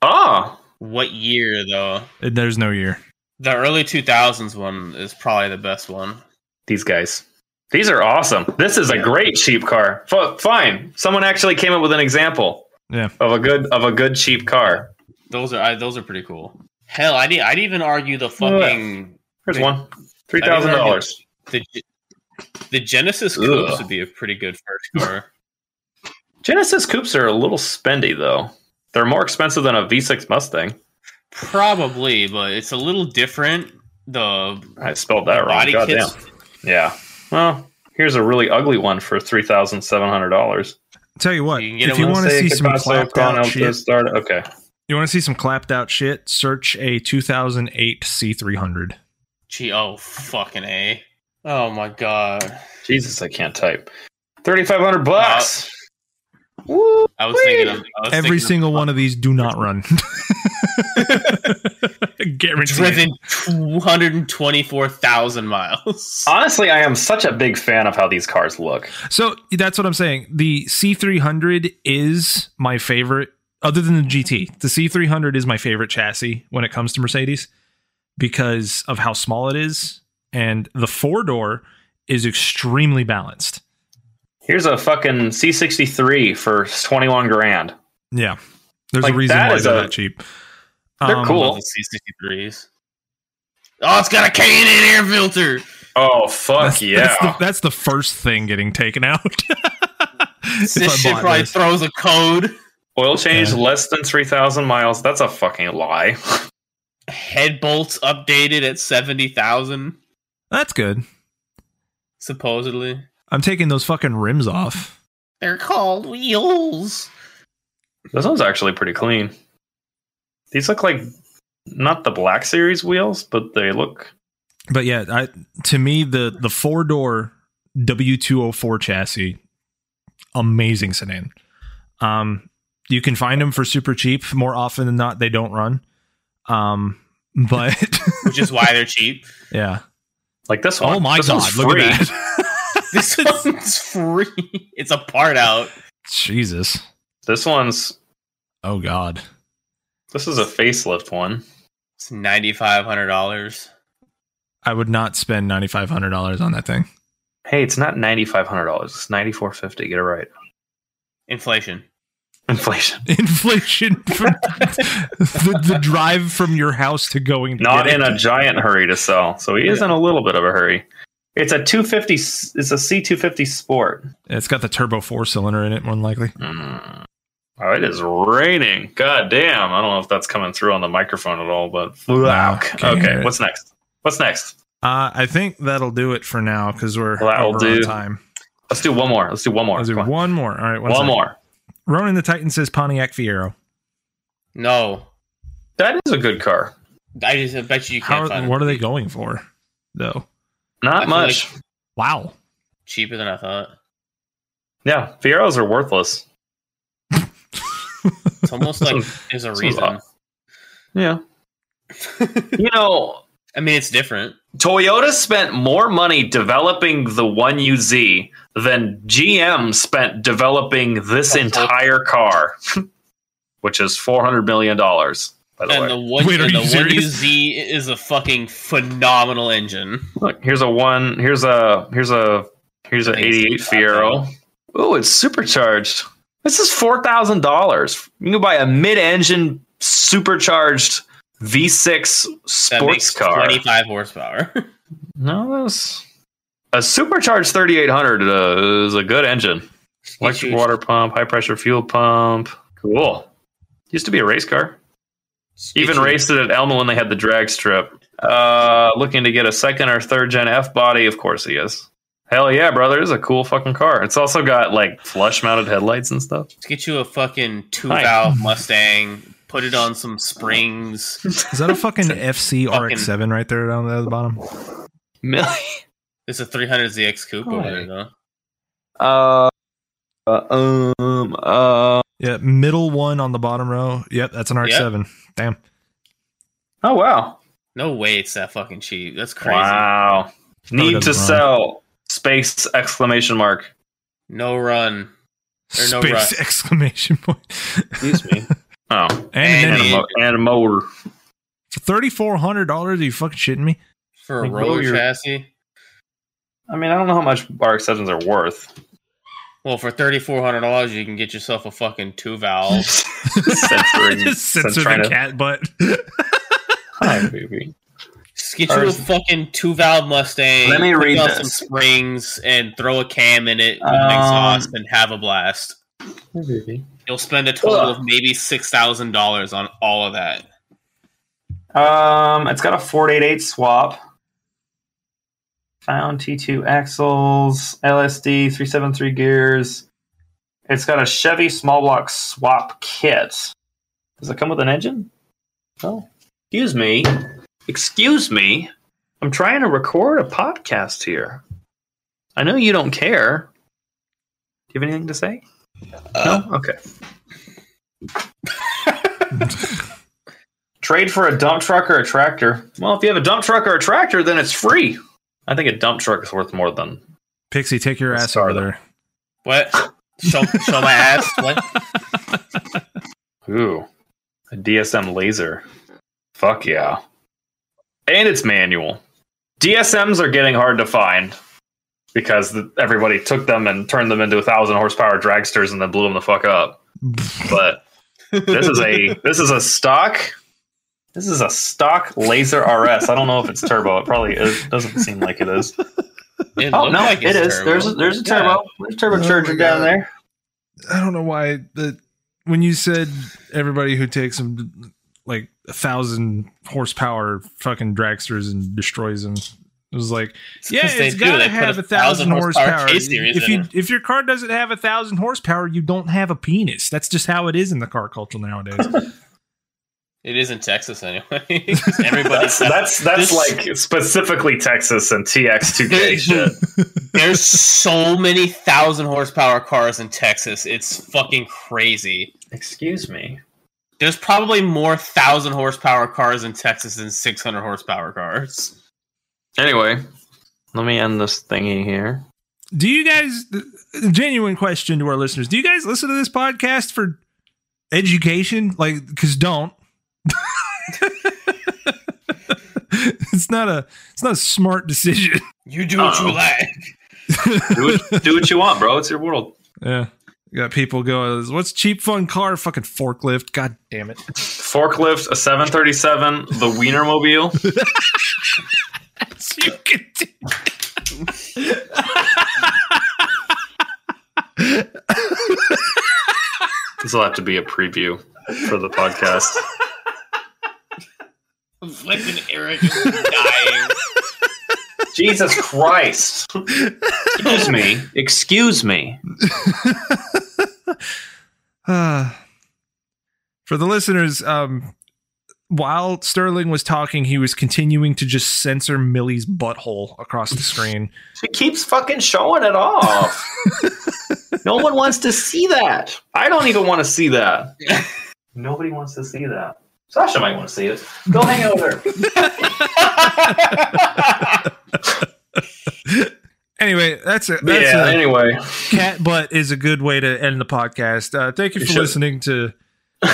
Speaker 3: ah,
Speaker 1: what year though?
Speaker 2: Uh, There's no year.
Speaker 1: The early two thousands one is probably the best one.
Speaker 3: these guys. These are awesome. This is a great cheap car. F- fine. Someone actually came up with an example.
Speaker 2: Yeah.
Speaker 3: Of a good of a good cheap car.
Speaker 1: Those are I, those are pretty cool. Hell, I'd, e- I'd even argue the fucking
Speaker 3: Here's one. Three thousand dollars.
Speaker 1: the the Genesis Coupes
Speaker 3: Ugh.
Speaker 1: would be a pretty good first car.
Speaker 3: Genesis coupes are a little spendy though. They're more expensive than a V6 Mustang.
Speaker 1: Probably, but it's a little different. The
Speaker 3: I spelled that wrong.
Speaker 1: body
Speaker 3: Goddamn.
Speaker 1: kits.
Speaker 3: Yeah. Well, here's a really ugly one for three thousand seven hundred dollars.
Speaker 2: Tell you what,
Speaker 1: You can get
Speaker 2: if
Speaker 1: it
Speaker 2: you
Speaker 1: when
Speaker 2: want to see some clapped out shit,
Speaker 3: Okay.
Speaker 2: you want to see some clapped out shit, search a 2008 C300.
Speaker 1: Gee, oh fucking a. Oh my god.
Speaker 3: Jesus, I can't type. Thirty five hundred bucks. Woo.
Speaker 1: I was thinking of I was
Speaker 2: Every
Speaker 1: thinking of
Speaker 2: single one of these do not run. Guaranteed.
Speaker 1: driven two hundred and twenty four thousand miles.
Speaker 3: Uh, Honestly, I am such a big fan of how these cars look.
Speaker 2: So that's what I'm saying. The C300 is my favorite, other than the GT. The C300 is my favorite chassis when it comes to Mercedes because of how small it is. And the four door is extremely balanced.
Speaker 3: Here's a fucking C sixty three for twenty one grand.
Speaker 2: Yeah. There's
Speaker 3: Like,
Speaker 2: a reason
Speaker 3: that
Speaker 2: why
Speaker 3: is
Speaker 2: they're
Speaker 3: a-
Speaker 2: that cheap. Um,
Speaker 3: they're cool.
Speaker 1: All the C sixty threes. Oh, it's got a K&N air filter.
Speaker 3: Oh fuck
Speaker 2: That's,
Speaker 3: yeah.
Speaker 2: that's, the, that's the first thing getting taken out. If I
Speaker 1: this shit
Speaker 2: bought
Speaker 1: probably
Speaker 2: this.
Speaker 1: throws a code.
Speaker 3: Oil change
Speaker 2: Yeah.
Speaker 3: less than 3,000 miles. That's a fucking lie.
Speaker 1: Head bolts updated at seventy thousand,
Speaker 2: That's good.
Speaker 1: supposedly.
Speaker 2: I'm taking those fucking rims off.
Speaker 1: They're called wheels.
Speaker 3: This one's actually pretty clean. These look like not the Black Series wheels, but they look
Speaker 2: But yeah, I to me the the four door W204 chassis, amazing sedan. Um, you can find them for super cheap. More often than not, they don't run. Um, but
Speaker 1: which is why they're cheap.
Speaker 2: yeah.
Speaker 3: like this one.
Speaker 2: Oh my
Speaker 3: This one's
Speaker 2: god, look
Speaker 3: free.
Speaker 2: at that.
Speaker 1: This one's free. It's a part out.
Speaker 2: Jesus.
Speaker 3: This one's
Speaker 2: Oh god.
Speaker 3: this is a facelift one.
Speaker 1: It's ninety five hundred dollars.
Speaker 2: I would not spend ninety five hundred dollars on that thing.
Speaker 3: Hey, it's not ninety five hundred dollars. It's ninety four fifty. Get it right.
Speaker 1: Inflation.
Speaker 3: Inflation.
Speaker 2: Inflation from the, the drive from your house to going to
Speaker 3: Not
Speaker 2: get
Speaker 3: in
Speaker 2: it.
Speaker 3: a giant hurry to sell, so he is in a little bit of a hurry. It's a two fifty. It's a C two fifty Sport.
Speaker 2: It's got the turbo four cylinder in it, more than likely.
Speaker 3: Mm. Oh, it is raining. God damn. I don't know if that's coming through on the microphone at all, but
Speaker 2: Wow. Can't hear
Speaker 3: Okay,
Speaker 2: it.
Speaker 3: what's next? What's next?
Speaker 2: Uh, I think that'll do it for now because we're
Speaker 3: That'll
Speaker 2: over
Speaker 3: do.
Speaker 2: on time.
Speaker 3: Let's do one more. Let's do one more.
Speaker 2: Let's do
Speaker 3: Come on.
Speaker 2: one more. All right,
Speaker 3: One,
Speaker 2: second.
Speaker 3: more.
Speaker 2: Ronan the Titan says Pontiac Fiero.
Speaker 1: No,
Speaker 3: That is a good car.
Speaker 1: I just I bet you, you
Speaker 2: How
Speaker 1: can't
Speaker 2: are,
Speaker 1: find
Speaker 2: what
Speaker 1: it
Speaker 2: are they going for, though?
Speaker 1: I
Speaker 3: Not
Speaker 1: feel
Speaker 3: much.
Speaker 2: Wow.
Speaker 1: cheaper than I thought.
Speaker 3: yeah, Fieros are worthless.
Speaker 1: It's almost like there's a
Speaker 3: Sounds
Speaker 1: reason.
Speaker 3: Yeah. you know,
Speaker 1: I mean, it's different.
Speaker 3: Toyota spent more money developing the 1UZ than GM spent developing this
Speaker 1: Okay.
Speaker 3: entire car, which is $400 million, by the way.
Speaker 1: And the one,
Speaker 2: Wait, are
Speaker 1: and
Speaker 2: you
Speaker 1: the one
Speaker 2: serious?
Speaker 1: UZ is a fucking phenomenal engine.
Speaker 3: Look, here's a one. Here's a here's a here's an
Speaker 1: I think it's
Speaker 3: 88
Speaker 1: $8,000.
Speaker 3: Fiero. Oh, it's supercharged. This is four thousand dollars. You can buy a mid-engine supercharged V6
Speaker 1: That
Speaker 3: sports
Speaker 1: makes
Speaker 3: car.
Speaker 1: 25 horsepower.
Speaker 3: No, that's a supercharged 3800 uh, is a good engine. Electric
Speaker 1: Huge.
Speaker 3: water pump, high pressure fuel pump. Cool. Used to be a race car. Even
Speaker 1: Huge.
Speaker 3: raced it at Elma when they had the drag strip. Uh, looking to get a second or third gen F body. Of course he is. Hell yeah, brother! It's a cool fucking car. It's also got like flush mounted headlights and stuff.
Speaker 1: Let's get you a fucking two
Speaker 3: Hi.
Speaker 1: valve Mustang. Put it on some springs.
Speaker 2: Is that a fucking FC
Speaker 1: fucking-
Speaker 2: RX7 right there down there at the bottom?
Speaker 3: Millie.
Speaker 1: There's a 300ZX coupe over there, though.
Speaker 3: Uh, uh, um, uh.
Speaker 2: Yeah, middle one on the bottom row. Yep, that's an RX7. Damn.
Speaker 3: Oh wow!
Speaker 1: No way it's that fucking cheap. That's crazy.
Speaker 3: Wow.
Speaker 2: Probably
Speaker 3: Need to
Speaker 2: doesn't run.
Speaker 3: sell space exclamation mark.
Speaker 1: No run. Or no
Speaker 2: Space
Speaker 1: rut.
Speaker 2: exclamation point.
Speaker 1: Excuse me.
Speaker 3: Oh,
Speaker 2: And,
Speaker 3: and
Speaker 2: and
Speaker 3: a,
Speaker 1: an
Speaker 3: mo- and a motor.
Speaker 2: for thirty four hundred dollars, are you fucking shitting me?
Speaker 1: For a
Speaker 3: Like, roll
Speaker 1: roller
Speaker 3: your-
Speaker 1: chassis.
Speaker 3: I mean, I don't know how much bar exceptions are worth.
Speaker 1: Well, for thirty four hundred dollars, you can get yourself a fucking two valve.
Speaker 3: Censoring,
Speaker 2: Just censor
Speaker 3: trying
Speaker 2: the
Speaker 3: to-
Speaker 2: cat butt.
Speaker 3: Hi, baby.
Speaker 1: Just get you a
Speaker 3: First-
Speaker 1: fucking two valve Mustang.
Speaker 3: Let me
Speaker 1: put
Speaker 3: read
Speaker 1: down
Speaker 3: this.
Speaker 1: some springs and throw a cam in it with
Speaker 3: Um,
Speaker 1: an exhaust and have a blast. You'll spend a total
Speaker 3: Ugh.
Speaker 1: of maybe six thousand dollars on all of that.
Speaker 3: Um, it's got a 488 swap. Found T2 axles, LSD, 373 gears. It's got a Chevy small block swap kit. Does it come with an engine? Oh. Excuse me. Excuse me. I'm trying to record a podcast here. I know you don't care. Do you have anything to say? uh, no? Okay. Trade for a dump truck or a tractor. Well, if you have a dump truck or a tractor, then it's free. I think a dump truck is worth more than.
Speaker 2: Pixie, take your
Speaker 3: Let's
Speaker 2: ass
Speaker 3: start
Speaker 2: over there.
Speaker 1: What? show, show my ass. What?
Speaker 3: Ooh, a DSM laser. Fuck yeah. And it's manual. DSMs are getting hard to find because th- everybody took them and turned them into a thousand horsepower dragsters and then blew them the fuck up. But this is a this is a stock. This is a stock laser RS. I don't know if it's turbo. It probably is. doesn't seem like it is.
Speaker 1: It
Speaker 3: Oh
Speaker 1: looked
Speaker 3: no,
Speaker 1: like
Speaker 3: it
Speaker 1: it's
Speaker 3: is.
Speaker 1: terrible.
Speaker 3: There's a, there's a
Speaker 1: Yeah.
Speaker 3: turbo. There's a
Speaker 2: Oh
Speaker 3: turbo
Speaker 2: my
Speaker 3: charger down
Speaker 2: God.
Speaker 3: there.
Speaker 2: I don't know why the when you said everybody who takes them like a thousand horsepower fucking dragsters and destroys them. It was like, yeah,
Speaker 1: 'cause they
Speaker 2: it's
Speaker 1: do.
Speaker 2: gotta
Speaker 1: They put
Speaker 2: have
Speaker 1: a
Speaker 2: a thousand
Speaker 1: 1,000 horsepower
Speaker 2: horsepower.
Speaker 1: K-series
Speaker 2: If
Speaker 1: in
Speaker 2: you
Speaker 1: it.
Speaker 2: if your car doesn't have a thousand horsepower, you don't have a penis. That's just how it is in the car culture nowadays.
Speaker 1: It is in Texas anyway. 'Cause Everybody,
Speaker 3: That's that's that's
Speaker 1: this-
Speaker 3: like specifically Texas and TX2K shit.
Speaker 1: there's so many thousand horsepower cars in Texas. It's fucking crazy.
Speaker 3: Excuse me.
Speaker 1: There's probably more thousand horsepower cars in Texas than 600 horsepower cars.
Speaker 3: Anyway, let me end this thingy here.
Speaker 2: Do you guys, genuine question to our listeners, do you guys listen to this podcast for education? Like, because don't. it's not a it's not a smart decision.
Speaker 1: You do what
Speaker 3: Oh.
Speaker 1: you like.
Speaker 3: Do what, do what you want, bro. It's your world.
Speaker 2: Yeah. You got people going, what's cheap fun car? Fucking forklift. God damn it.
Speaker 3: Forklift, a 737, the Wienermobile.
Speaker 2: you can do
Speaker 3: This will have to be a preview for the podcast.
Speaker 1: Fucking Eric is dying.
Speaker 3: Jesus Christ. Excuse me. Excuse me.
Speaker 2: Uh, for the listeners, um, while Sterling was talking, he was continuing to just censor Millie's butthole across the screen.
Speaker 3: She keeps fucking showing it off. no one wants to see that. I don't even want to see that. Nobody wants to see that. Sasha might want to see it. Go hang out with her.
Speaker 2: Anyway, that's it. That's
Speaker 3: Yeah,
Speaker 2: it.
Speaker 3: anyway.
Speaker 2: Cat butt is a good way to end the podcast. Uh, thank you
Speaker 3: You
Speaker 2: for
Speaker 3: should-
Speaker 2: listening to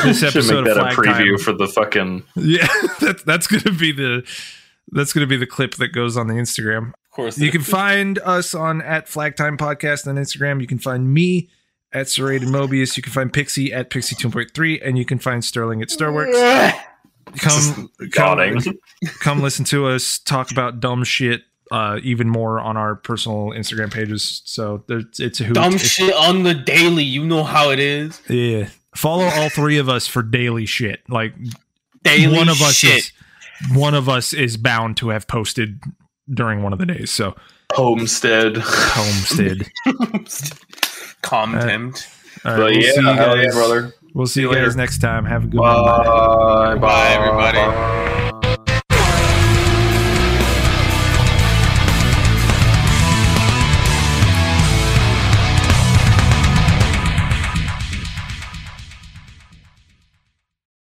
Speaker 2: this
Speaker 3: Should
Speaker 2: episode
Speaker 3: make
Speaker 2: of
Speaker 3: that a
Speaker 2: Flag
Speaker 3: preview
Speaker 2: Time.
Speaker 3: for the fucking.
Speaker 2: Yeah, that, that's gonna be the that's gonna be the clip that goes on the Instagram.
Speaker 1: Of course,
Speaker 2: You can find us on at Flag Time Podcast on Instagram. You can find me at Serrated Mobius. You can find Pixie at Pixie 2.3, and you can find Sterling at Starworks. Come, come,
Speaker 3: Godding.
Speaker 2: come listen to us talk about dumb shit uh, even more on our personal Instagram pages. So there's, it's a hoot.
Speaker 1: dumb
Speaker 2: It's-
Speaker 1: shit on the daily. You know how it is.
Speaker 2: Yeah. Follow all three of us for daily shit. Like
Speaker 1: Daily
Speaker 2: one of us
Speaker 1: shit.
Speaker 2: is one of us is bound to have posted during one of the days. So
Speaker 3: Homestead.
Speaker 2: homestead.
Speaker 1: Contempt.
Speaker 2: All right,
Speaker 3: But
Speaker 2: we'll see you
Speaker 3: yeah, hell yeah,
Speaker 2: guys-
Speaker 3: brother.
Speaker 2: We'll see you
Speaker 3: later.
Speaker 2: guys next time. Have a good one.
Speaker 3: Bye,
Speaker 1: Bye, everybody.
Speaker 3: Bye.